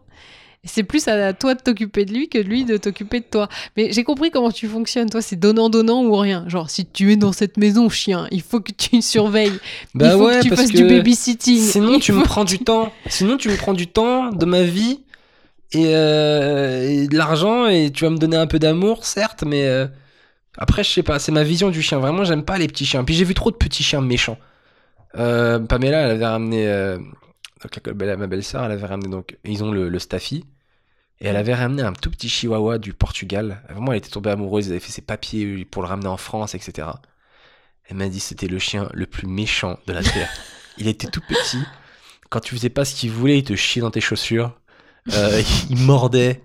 Et C'est plus à toi de t'occuper de lui que lui de t'occuper de toi. Mais j'ai compris comment tu fonctionnes. Toi, c'est donnant-donnant ou rien. Genre, si tu es dans cette maison, chien, il faut que tu surveilles.
Bah
il faut
ouais,
que tu
parce
fasses
que
du babysitting.
Sinon,
Il
tu me
faut-
prends du temps. Sinon, tu me prends du temps de ma vie et, euh, et de l'argent et tu vas me donner un peu d'amour, certes, mais euh, après, je sais pas. C'est ma vision du chien. Vraiment, j'aime pas les petits chiens. Puis j'ai vu trop de petits chiens méchants. Euh, Pamela, elle avait ramené. euh, donc, la- la- ma belle-sœur, elle avait ramené. Donc, ils ont le, le Staffy. Et elle avait ramené un tout petit chihuahua du Portugal. Vraiment, elle était tombée amoureuse. Ils avaient fait ses papiers pour le ramener en France, etc. Elle m'a dit c'était le chien le plus méchant de la terre. Il était tout petit. Quand tu faisais pas ce qu'il voulait, il te chiait dans tes chaussures. Euh, il mordait.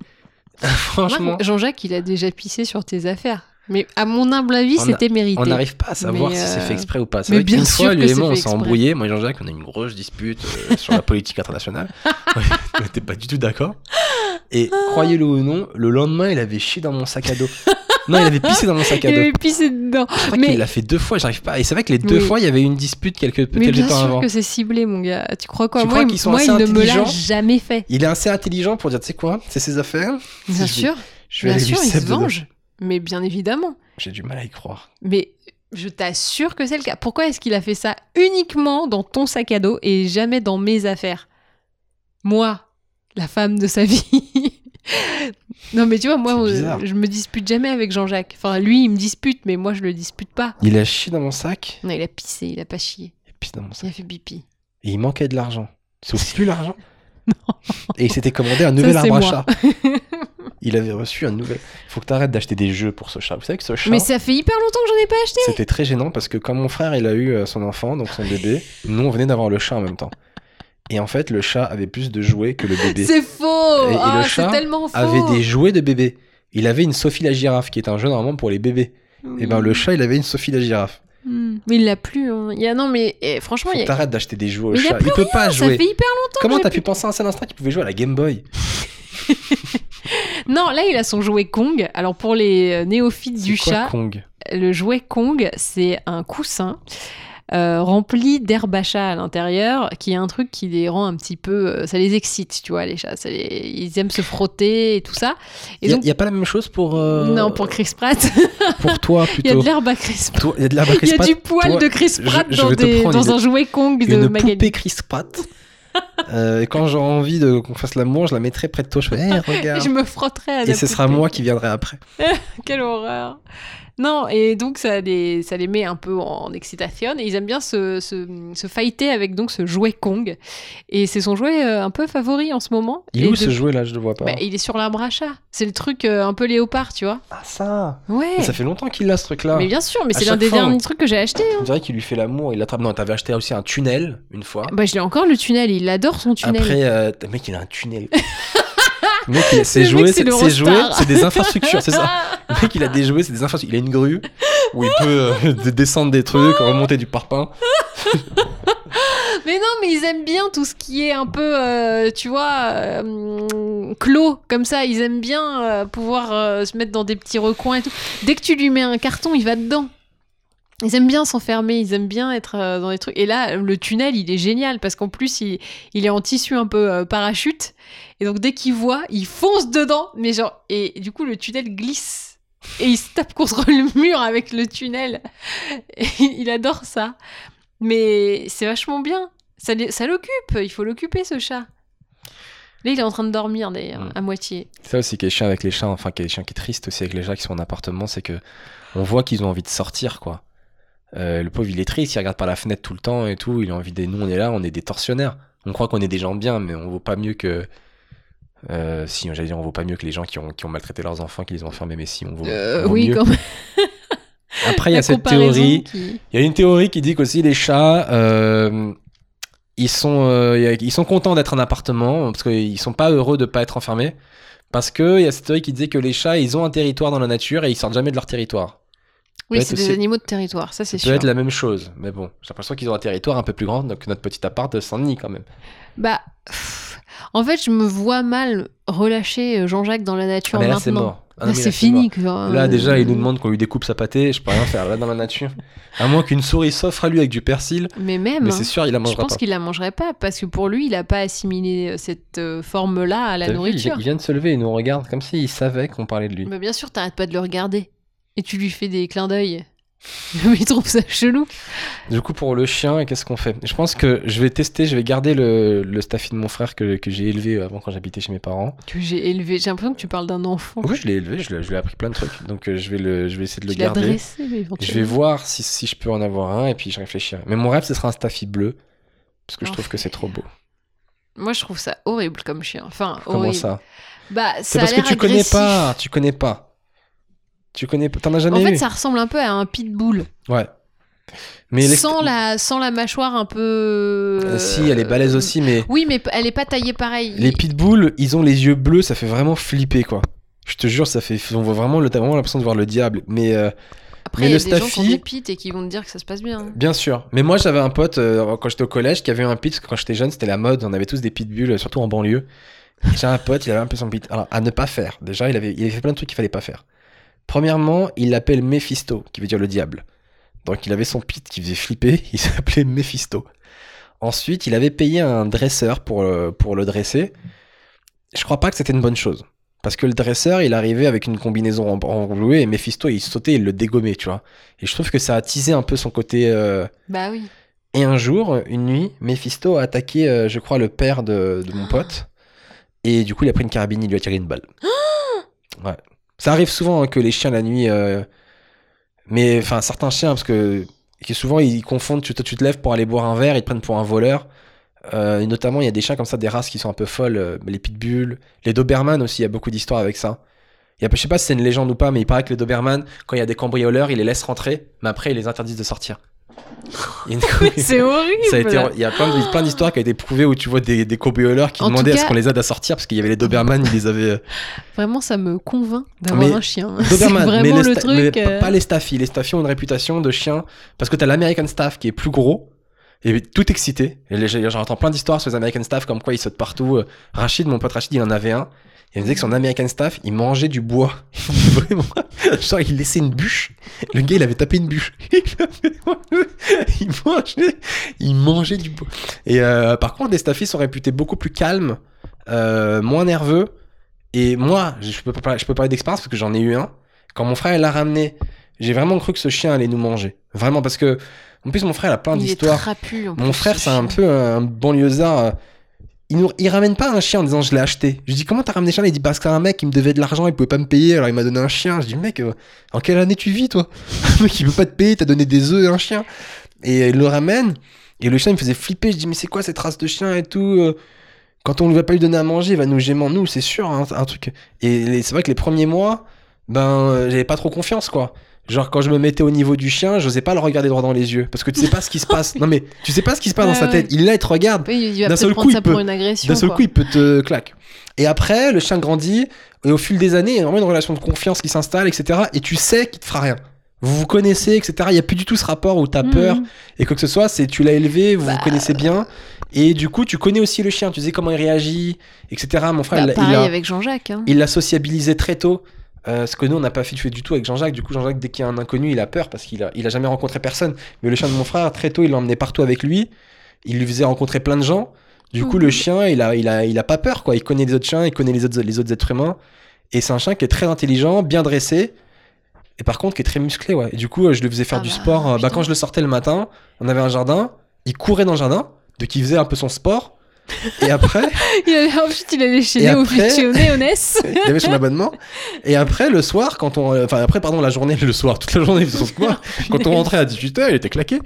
Franchement,
Remarque, Jean-Jacques, il a déjà pissé sur tes affaires. Mais à mon humble avis,
On a-
c'était mérité.
on n'arrive pas à savoir
Mais,
si c'est
euh,
fait exprès ou pas. C'est
mais
vrai
bien
qu'une
sûr
fois, lui
que
et moi,
c'est
on
fait
s'est
exprès.
embrouillés. Moi et Jean-Jacques, on a eu une grosse dispute euh, sur la politique internationale. on n'était pas du tout d'accord. Et
Ah.
croyez-le ou non, le lendemain, il avait chié dans mon sac à dos. Non, il avait pissé dans mon sac
Il
à dos.
avait pissé dedans.
Je crois
mais-
qu'il l'a fait deux fois, j'arrive pas. Et c'est vrai que les deux
Oui.
fois, il y avait eu une dispute quelques,
Mais
quelques
bien
temps
sûr
avant.
que c'est ciblé, mon gars. Tu crois quoi
Tu
Moi,
crois
il-
qu'ils sont
moi,
assez
il ne me l'a
intelligents
jamais fait.
Il est assez intelligent pour dire, tu sais quoi, c'est ses affaires.
Bien
Je vais-
sûr,
Je vais
bien
aller lui
sûr, il
cède
se
dedans.
venge. Mais bien évidemment.
J'ai du mal à y croire.
Mais je t'assure que c'est le cas. Pourquoi est-ce qu'il a fait ça uniquement dans ton sac à dos et jamais dans mes affaires Moi, la femme de sa vie. non, mais tu vois, moi,
C'est
euh,
bizarre.
je me dispute jamais avec Jean-Jacques. Enfin, lui, il me dispute, mais moi, je le dispute pas.
Il a chié dans mon sac.
Non, il a pissé, il a pas chié.
Et puis dans mon
Il
sac.
a fait pipi.
Et il manquait de l'argent. Sauf plus l'argent. Et il s'était commandé un nouvel
Ça, c'est
arbre à
moi.
chat. Il avait reçu un nouvel. Faut que t'arrêtes d'acheter des jeux pour ce chat. Vous savez que ce chat,
Mais ça fait hyper longtemps que j'en ai pas acheté.
c'était très gênant parce que quand mon frère il a eu euh, son enfant, donc son bébé, nous on venait d'avoir le chat en même temps. Et en fait, le chat avait plus de jouets que le bébé.
C'est faux
Et- et le
Ah,
chat
C'est tellement faux
avait des jouets de bébé. il avait une Sophie la girafe, qui est un jeu normalement pour les bébés. Et ben le chat, il avait une Sophie la girafe.
Hmm. Mais il l'a plus. hein. Il y a non, mais eh, franchement,
Faut
il y a-
T'arrêtes d'acheter des jouets au
Mais il y a
chat.
plus
Il peut pas
ça fait
jouer.
hyper longtemps.
Comment
que j'ai
t'as
plus-
pu penser à un seul instant qu'il pouvait jouer à la Game Boy
Non, là, il a son jouet Kong. Alors pour les euh, néophytes du
C'est quoi,
chat,
Kong
le jouet Kong, c'est un coussin. euh, rempli d'herbe à chat à l'intérieur, qui est un truc qui les rend un petit peu. euh, ça les excite, tu vois, les chats. ça les- ils aiment se frotter et tout ça. Et
Il
donc,
y, a pas la même chose pour. euh,
non, pour Chris Pratt,
pour toi
il y a
plutôt.
de l'herbe à Chris Pratt.
Toi, Il y a de l'herbe à
Il y a
Chris
du
Pratt,
poil
toi,
de Chris
je-
Pratt
je
dans,
vais te
des-
prendre
dans
une-
un jouet Kong de
une
Magali.
poupée Chris Pratt. Euh, quand j'ai envie de qu'on fasse l'amour, je la mettrai près de toi. Je fais, Eh, regarde.
Je me frotterai à la
Et ce sera
poupée.
moi qui viendrai après.
Quelle horreur Non, et donc ça les, ça les met un peu en excitation et ils aiment bien se, se, se fighter avec donc ce jouet Kong. Et c'est son jouet euh, un peu favori en ce moment.
Il est
Et
où
de-
ce jouet hein là Je le vois pas.
Bah, Il est sur l'arbre à chat. C'est le truc euh, un peu léopard, tu vois.
Ah, ça
Ouais
Ça fait longtemps qu'il a ce truc là.
Mais bien sûr, mais
À
c'est l'un
chaque
des
fois, hein.
derniers
on-
trucs que j'ai acheté.
On dirait qu'il lui fait l'amour, il l'attrape. Non, t'avais acheté aussi un tunnel une fois.
Bah, je l'ai encore le tunnel, il adore son tunnel.
Après, euh, t'as- mec, il a un tunnel. Le mec, il- ses
Le mec,
jouets,
c'est
c'est
le
ses jouets,
Rostar.
c'est des infrastructures, c'est ça.
Ah
Le mec, il a des jouets, c'est des infrastructures. Il a une grue où il peut euh, de- descendre des trucs, remonter du parpaing.
mais non, mais ils aiment bien tout ce qui est un peu, euh, tu vois, euh, hum, clos, comme ça. Ils aiment bien euh, pouvoir euh, se mettre dans des petits recoins et tout. Dès que tu lui mets un carton, il va dedans. Ils aiment bien s'enfermer, ils aiment bien être euh, dans les trucs. Et là, le tunnel, il est génial parce qu'en plus, il, il est en tissu un peu euh, parachute. Et donc, dès qu'il voit, il fonce dedans. Mais genre, et du coup, le tunnel glisse. Et il se tape contre le mur avec le tunnel. Et il adore ça. Mais c'est vachement bien. Ça, l'é- ça l'occupe, il faut l'occuper ce chat. Là, il est en train de dormir d'ailleurs,
Mm.
à moitié.
Ça aussi qui est chiant avec les chats, enfin qui est chiant, qui est triste aussi avec les chats qui sont en appartement, c'est que on voit qu'ils ont envie de sortir, quoi. Euh, le pauvre, il est triste, il regarde par la fenêtre tout le temps et tout, il a envie des... Nous, on est là, on est des tortionnaires. On croit qu'on est des gens bien, mais on vaut pas mieux que... Euh, si, j'allais dire, on vaut pas mieux que les gens qui ont, qui ont maltraité leurs enfants, qui les ont enfermés, mais si, on vaut,
Euh,
on vaut
oui,
mieux.
quand même.
Après, il y
la
a cette
comparaison
théorie...
qui-
Il y a une théorie qui dit qu'aussi les chats, euh, ils, sont, euh, ils sont contents d'être en appartement, parce qu'ils sont pas heureux de pas être enfermés. Parce qu'il y a cette théorie qui disait que les chats, ils ont un territoire dans la nature et ils sortent jamais de leur territoire.
Oui,
peut-être
c'est des
aussi-
animaux de territoire, ça c'est
Ça peut
sûr.
être la même chose, mais bon, j'ai l'impression qu'ils ont un territoire un peu plus grand que notre petit appart de Saint-Denis quand même.
Bah, pff, en fait, je me vois mal relâcher euh, Jean-Jacques dans la nature
Ah, mais là, c'est
maintenant.
mort. Ah, non,
Là,
mais
c'est fini.
mort.
quoi.
Là, déjà, il nous
Euh,
demande qu'on lui découpe sa pâtée, je peux rien faire, là, dans la nature. À moins qu'une souris s'offre à lui avec du persil,
Mais même.
mais
hein,
c'est sûr, il la
je
mangera
pense
pas.
qu'il la mangerait pas parce que pour lui, il a pas assimilé euh, cette euh, forme-là à la
T'as vu, il,
nourriture.
il vient de se lever et nous regarde comme s'il savait qu'on parlait de lui.
Mais bien sûr, t'arrêtes pas de le regarder et tu lui fais des clins d'œil. Mais il trouve ça chelou.
Du coup, pour le chien, qu'est-ce qu'on fait Je pense que je vais tester, je vais garder le, le staffy de mon frère que, que j'ai élevé avant quand j'habitais chez mes parents.
Que j'ai élevé. J'ai l'impression que tu parles d'un enfant.
Oui, je l'ai élevé, je l'ai- je lui ai appris plein de trucs. Donc, euh, je vais, le, je vais essayer de le
tu l'as
garder.
dressé, mais
Je vais
éventuellement.
voir si, si je peux en avoir un et puis je réfléchirai. Mais mon rêve, ce sera un staffy bleu. Parce que je trouve que c'est trop beau.
Moi, je trouve ça horrible comme chien. Enfin,
Comment
horrible.
ça
Bah,
C'est
Oh, ça a
parce que
l'air
tu connais
agressif.
pas. Tu connais pas. Tu connais pas. T'en as jamais
En fait,
eu
ça ressemble un peu à un pitbull.
Ouais. Mais l'ex-
sans, la, sans la mâchoire un peu.
Euh, Si, elle est balèze aussi, mais
Oui, mais p- elle est pas taillée pareil.
Les pitbulls, ils ont les yeux bleus, ça fait vraiment flipper quoi. Je te jure, ça fait, on voit vraiment, le- t'as vraiment l'impression de voir le diable. Mais euh,
Après,
mais
il y a
le
des gens qui ont
Staffy-
des pites et qui vont te dire que ça se passe bien.
bien sûr. Mais moi, j'avais un pote euh, quand j'étais au collège qui avait eu un pit. parce que Quand j'étais jeune, c'était la mode. On avait tous des pitbulls, euh, surtout en banlieue. J'ai un pote, il avait un peu son pit. Alors à ne pas faire. Déjà, il avait, il avait fait plein de trucs qu'il fallait pas faire. Premièrement, il l'appelle Mephisto, qui veut dire le diable. Donc il avait son pit qui faisait flipper. Il s'appelait Mephisto. Ensuite, il avait payé un dresseur pour, euh, pour le dresser. Je crois pas que c'était une bonne chose. Parce que le dresseur, il arrivait avec une combinaison en- enrouée et Mephisto, il sautait, il le dégommait, tu vois. Et je trouve que ça a teasé un peu son côté. euh,
Bah oui.
Et un jour, une nuit, Mephisto a attaqué, euh, je crois, le père de, de mon pote. Et du coup, il a pris une carabine, il lui a tiré une balle. ouais. Ça arrive souvent hein, que les chiens la nuit. euh, Mais enfin, certains chiens, parce que, que souvent ils confondent, tu, toi, tu te lèves pour aller boire un verre, ils te prennent pour un voleur. Euh, et notamment, il y a des chiens comme ça, des races qui sont un peu folles, euh, les pitbulls, les Doberman aussi, il y a beaucoup d'histoires avec ça. Il y a, je sais pas si c'est une légende ou pas, mais il paraît que les Doberman, quand il y a des cambrioleurs, ils les laissent rentrer, mais après ils les interdisent de sortir. Il y a une-
C'est horrible.
Ça a été, il y a plein de- plein d'histoires qui ont été prouvées où tu vois des, des cambrioleurs qui
En tout
demandaient à
cas-
ce qu'on les aide à sortir parce qu'il y avait les Doberman, ils les avaient. euh,
Vraiment, ça me convainc d'avoir
Mais
un chien. C'est
Doberman,
vraiment
mais, les
le
sta-
truc.
mais pas-
euh,
pas les Staffy. Les Staffy ont une réputation de chiens parce que t'as l'American Staff qui est plus gros et tout excité. Et les- J'entends plein d'histoires sur les American Staff comme quoi ils sautent partout. Euh, Rachid, mon pote Rachid, il en avait un. Et il me disait que son American Staff, il mangeait du bois. Vraiment. Genre, il laissait une bûche. Le gars, il avait tapé une bûche. il mangeait, il mangeait du bois. Et euh, par contre, les Staffy sont réputés beaucoup plus calmes, euh, moins nerveux. Et moi, je peux, pas, parler- je peux parler d'expérience parce que j'en ai eu un. Quand mon frère l'a ramené, j'ai vraiment cru que ce chien allait nous manger. Vraiment, parce que. En plus, mon frère, il a plein
Il est
d'histoires.
trapu.
Mon
en plus,
frère,
ce
c'est un
chien.
peu un banlieusard. euh, Il, nous, il ramène pas un chien en disant je l'ai acheté. Je lui dis comment t'as ramené le chien Il dit parce qu'un mec il me devait de l'argent, il pouvait pas me payer, alors il m'a donné un chien. Je dis mec, euh, en quelle année tu vis toi Un mec il veut pas te payer, t'as donné des œufs et un chien. Et il le ramène, et le chien il me faisait flipper. Je dis mais c'est quoi cette race de chien et tout euh, Quand on ne va pas lui donner à manger, il va nous gémant nous, c'est sûr, hein, un truc. Et les- c'est vrai que les premiers mois, ben euh, j'avais pas trop confiance quoi. Genre quand je me mettais au niveau du chien, j'osais pas le regarder droit dans les yeux parce que tu sais pas ce qui se passe. Non mais tu sais pas ce qui se passe dans
Ouais,
sa tête. Il là il te regarde.
Oui, il
D'un
va peut-être
seul
prendre
coup,
ça
il peut-
pour une agression.
D'un seul
quoi.
coup, il peut te claque. Et après, le chien grandit, et au fil des années, il y a vraiment une relation de confiance qui s'installe, etc. Et tu sais qu'il te fera rien. Vous vous connaissez, etc. Il n'y a plus du tout ce rapport où t'as
Mhm.
peur et quoi que ce soit. C'est tu l'as élevé, vous
Bah,
vous connaissez bien, et du coup, tu connais aussi le chien. Tu sais comment il réagit, etc. Mon frère,
Bah,
il l'a- il
pareil
l'a-
avec Jean-Jacques. hein.
il l'a sociabilisé très tôt. euh, ce que nous, on n'a pas fait du tout avec Jean-Jacques. Du coup, Jean-Jacques, dès qu'il y a un inconnu, il a peur parce qu'il a, il a jamais rencontré personne. Mais le chien de mon frère, très tôt, il l'emmenait partout avec lui. Il lui faisait rencontrer plein de gens. Du coup,
Mhm.
le chien, il a, il, a, il a pas peur, quoi. Il connaît les autres chiens, il connaît les autres, les autres êtres humains. Et c'est un chien qui est très intelligent, bien dressé. Et par contre, qui est très musclé, ouais. Et du coup, euh, je le faisais faire
Ah
du
bah,
sport. euh, Bah,
putain.
quand je le sortais le matin, on avait un jardin. Il courait dans le jardin. Donc, il faisait un peu son sport. Et après,
Il allait, ensuite, il allait chez
Et
Néo
après-
chez Néonès.
il avait son abonnement. Et après, le soir, quand on. euh, Enfin, après, pardon, la journée, le soir, toute la journée, sauf moi. Quand on rentrait à 18h, il était claqué.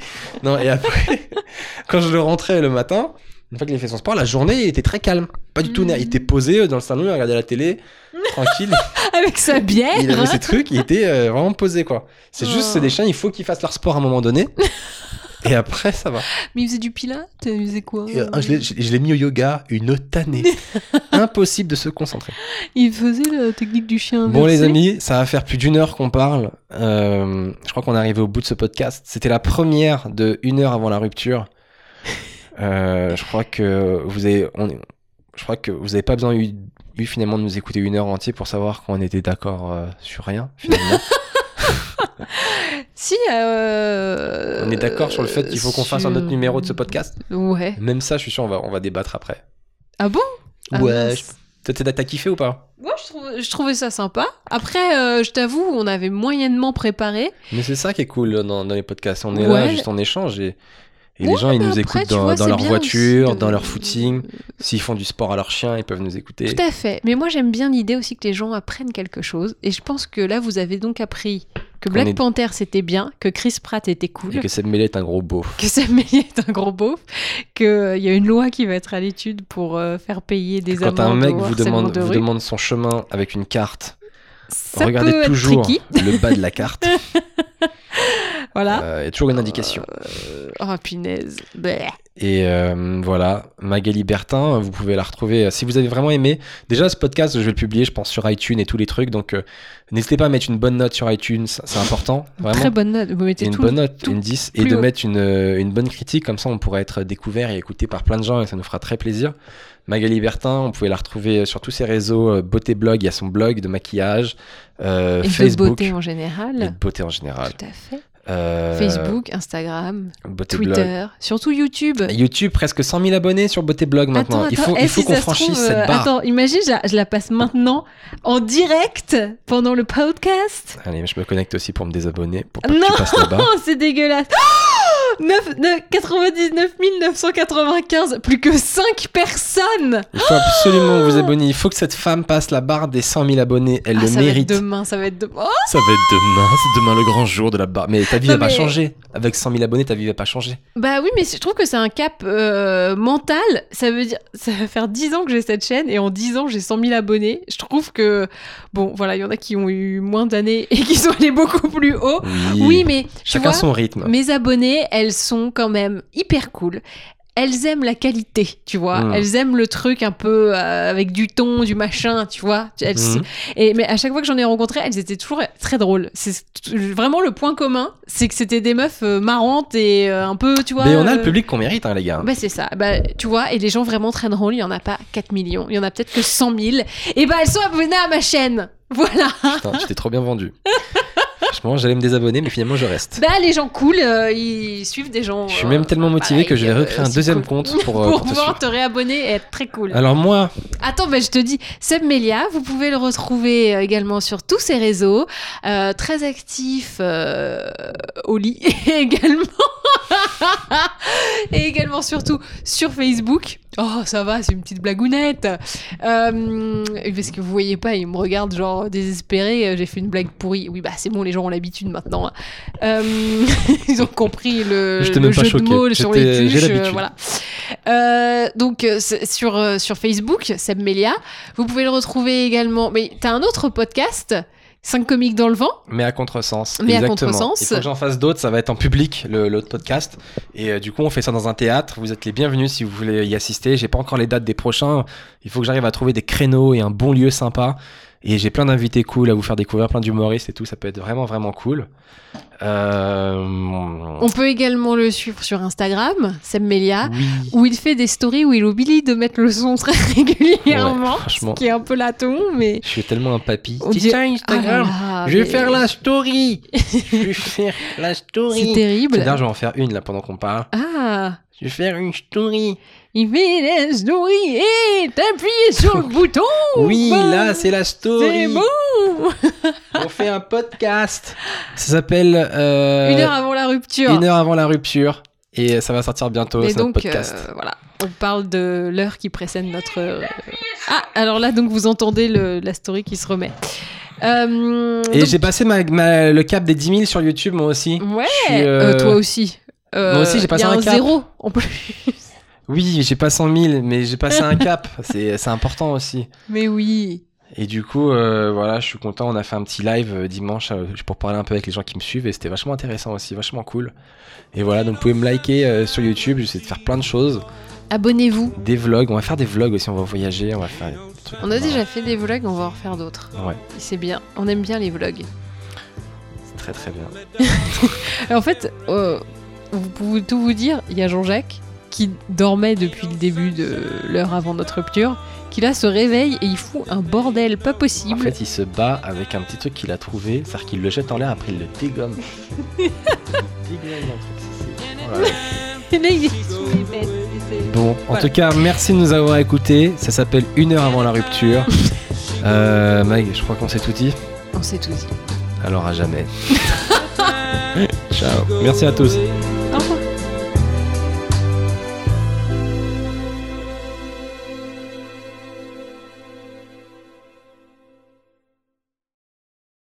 Non, et après, quand je le rentrais le matin, une fois qu'il avait fait son sport, la journée, il était très calme. Pas du tout
Mhm.
nerveux. Il était posé dans le salon, il regardait la télé, tranquille.
avec sa bière.
Il avait ses trucs, il était euh, vraiment posé, quoi. C'est juste,
Oh.
c'est des chiens, il faut qu'ils fassent leur sport à un moment donné. Et après, ça va.
Mais il faisait du pilates, il faisait quoi
Et, euh, je l'ai- je l'ai mis au yoga une tannée. Impossible de se concentrer.
Il faisait la technique du chien.
Bon les
inversé.
amis, ça va faire plus d'une heure qu'on parle. Euh, je crois qu'on est arrivé au bout de ce podcast. C'était la première de une heure avant la rupture. Euh, je crois que vous avez, on est- je crois que vous avez pas besoin eu, eu finalement de nous écouter une heure entière pour savoir qu'on était d'accord euh, sur rien. Finalement,
Si, euh,
on est d'accord sur le fait qu'il faut qu'on fasse un
sur-
autre numéro de ce podcast.
Ouais.
Même ça, je suis sûr, on va, on va débattre après.
Ah bon Ah
ouais.
mince.
je- Toi, t'as t'as kiffé ou pas
Moi, je, trouve- je trouvais ça sympa. Après, euh, je t'avoue, on avait moyennement préparé.
Mais c'est ça qui est cool dans, dans les podcasts. On est là
Ouais.
juste en échange et, et les
Ouais,
gens ils nous
Après,
écoutent
tu
dans,
vois,
dans
c'est
leur
bien
voiture,
aussi de-
dans leur footing. S'ils font du sport à leur chien, ils peuvent nous écouter.
Tout à fait. Mais moi, j'aime bien l'idée aussi que les gens apprennent quelque chose. Et je pense que là, vous avez donc appris que Black
est-
Panther, c'était bien, que Chris Pratt était cool,
Et que Seb Mellet est un gros beauf.
que Sam Elliott est un gros beauf, qu'il y a une loi qui va être à l'étude pour euh, faire payer des
Quand un
amendes
mec
au
vous
harcèlement
demande,
de
vous
rue.
demande son chemin avec une carte,
ça peut
regardez
être
toujours
tricky. Ah.
le bas de la carte. Euh, Il
Voilà.
y a toujours une indication. Euh,
Oh, punaise. Bleh.
Et euh, voilà, Magali Bertin, vous pouvez la retrouver. euh, Si vous avez vraiment aimé, déjà ce podcast, je vais le publier, je pense, sur iTunes et tous les trucs. Donc euh, n'hésitez pas à mettre une bonne note sur iTunes, c'est c'est important. Vraiment.
Très bonne note. Vous mettez
une
tout.
bonne note,
tout
une 10, et
plus
de
haut.
mettre une, euh, une bonne critique, comme ça on pourra être découvert et écouté par plein de gens et ça nous fera très plaisir. Magali Bertin, on pouvait la retrouver sur tous ses réseaux, euh, Beauté Blog, il y a son blog de maquillage, euh,
Et de
Facebook,
beauté en
et de
général.
beauté en général.
Tout à fait.
Euh,
Facebook, Instagram,
Beauté Blog.
Twitter, surtout YouTube.
YouTube, presque 100 000 abonnés sur Beauté Blog maintenant. il faut,
eh,
il faut
si
qu'on
ça se
franchisse
trouve, euh,
cette barre.
Attends, imagine, je la, je la passe maintenant en direct pendant le podcast.
Allez, je me connecte aussi pour me désabonner, pour pas
Non
que tu passes là-bas.
Oh, c'est dégueulasse. 9, 99 995, plus que 5 personnes
Il faut absolument vous abonner. Il faut que cette femme passe la barre des 100 000 abonnés. Elle
Ah,
le
Ça va être
mérite.
demain, ça va être demain. Oh,
Ça va être demain. C'est demain le grand jour de la barre. Mais ta vie
Non,
va pas
mais-
changer. Avec 100 000 abonnés, ta vie va pas changer.
bah oui, mais je trouve que c'est un cap euh, mental. Ça veut dire, ça va faire 10 ans que j'ai cette chaîne et en 10 ans j'ai 100 000 abonnés. Je trouve que, bon, voilà, il y en a qui ont eu moins d'années et qui sont allés beaucoup plus haut. Oui, mais tu
Chacun
vois,
son rythme.
Mes abonnées, elles sont quand même hyper cool. Elles aiment la qualité, tu vois.
Mm.
Elles aiment le truc un peu euh, avec du ton, du machin, tu vois. Elles-
Mhm.
et, mais à chaque fois que j'en ai rencontré, elles étaient toujours très drôles. C'est t- euh, vraiment le point commun, c'est que c'était des meufs euh, marrantes et euh, un peu, tu vois.
Mais on a le
euh,
public qu'on mérite, hein, les gars.
bah c'est ça, bah, tu vois, et les gens vraiment très drôles, il n'y en a pas 4 millions, il y en a peut-être que 100 000. Et bah elles sont abonnées à ma chaîne, voilà.
Putain, tu t'es trop bien vendu. Franchement, j'allais me désabonner, mais finalement, je reste.
Bah les gens cool, euh, ils suivent des gens.
Je suis même tellement motivé
bah,
que je vais recréer un deuxième
compte
compte pour, euh,
euh, pour
pour te
pouvoir
suivre.
te réabonner et être très cool.
Alors moi,
Attends, bah, je te dis, Seb Melia, vous pouvez le retrouver euh, également sur tous ses réseaux, euh, très actif euh, au lit et également et également surtout sur Facebook. Oh, ça va, c'est une petite blagounette. Euh, parce que vous voyez pas, il me regarde genre désespéré. euh, J'ai fait une blague pourrie. Oui, bah c'est bon, les gens ont l'habitude maintenant. hein. Euh, ils ont compris le,
J'étais
le
même pas
jeu de
choqué.
mots sur
J'étais-
les
j'ai
touches. euh,
l'habitude.
voilà. Euh, donc euh, c'est- sur euh, sur Facebook, Seb Melia. Vous pouvez le retrouver également. Mais t'as un autre podcast, 5 comiques dans le vent.
mais à contresens.
Mais à
exactement.
contresens.
Il faut que j'en fasse d'autres, ça va être en public, le- l'autre podcast. Et euh, du coup, on fait ça dans un théâtre. Vous êtes les bienvenus si vous voulez y assister. J'ai pas encore les dates des prochains. Il faut que j'arrive à trouver des créneaux et un bon lieu sympa. Et j'ai plein d'invités cool à vous faire découvrir, plein d'humoristes et tout. Ça peut être vraiment, vraiment cool. Euh...
On peut également le suivre sur Instagram, Seb Melia,
Oui.
où il fait des stories où il oublie de mettre le son très
Ouais,
régulièrement,
franchement.
qui est un peu laton, mais.
Je suis tellement un papy.
On dirait-
Tiens,
Ah là
Instagram.
là,
je vais
mais
faire la story. je vais faire la
C'est
story.
terrible.
D'ailleurs, je vais en faire une là pendant qu'on parle.
Ah,
Je vais faire une story.
il fait la story et t'appuies sur le bouton.
Oui,
bah,
là, c'est la story.
C'est bon.
On fait un podcast. Ça s'appelle euh,
Une heure avant la rupture.
Une heure avant la rupture. Et ça va sortir bientôt,
Et
c'est notre
donc,
podcast.
euh, voilà, on parle de l'heure qui précède notre. euh, Ah, alors là, donc vous entendez le- la story qui se remet. Euh,
Et
donc-
j'ai passé ma- ma- le cap des 10 000 sur YouTube, moi aussi.
Ouais,
Je suis, euh,
euh, toi aussi. Euh,
moi aussi, j'ai passé
y a
un
un
cap.
zéro en plus.
Oui, j'ai pas 100 000, mais j'ai passé un cap. C'est c'est important aussi.
Mais oui.
Et du coup, euh, voilà, je suis content. On a fait un petit live euh, dimanche euh, pour parler un peu avec les gens qui me suivent et c'était vachement intéressant aussi, vachement cool. Et voilà, donc vous pouvez me liker euh, sur YouTube. J'essaie de faire plein de choses.
Abonnez-vous.
Des vlogs, on va faire des vlogs aussi. On va voyager, on va faire. des trucs
On a
marrants.
déjà fait des vlogs, on va en refaire d'autres.
Ouais,
C'est bien, on aime bien les vlogs.
c'est très très bien.
Et en fait, euh, vous pouvez tout vous dire, il y a Jean-Jacques qui dormait depuis le début de l'heure avant notre rupture, qui là se réveille et il fout un bordel pas
En
possible.
fait, il se bat avec un petit truc qu'il a trouvé, c'est-à-dire qu'il le jette en l'air, après il le dégomme. Il dégomme un truc, c'est- c'est- voilà.
Et là, il est sous les bêtes, et c'est-
Bon, en tout cas, merci de nous avoir écoutés. Ça s'appelle Une heure avant la rupture. Euh, Mag, je crois qu'on s'est tout dit.
On s'est tout dit.
Alors à jamais. Ciao. Merci à tous.
Away.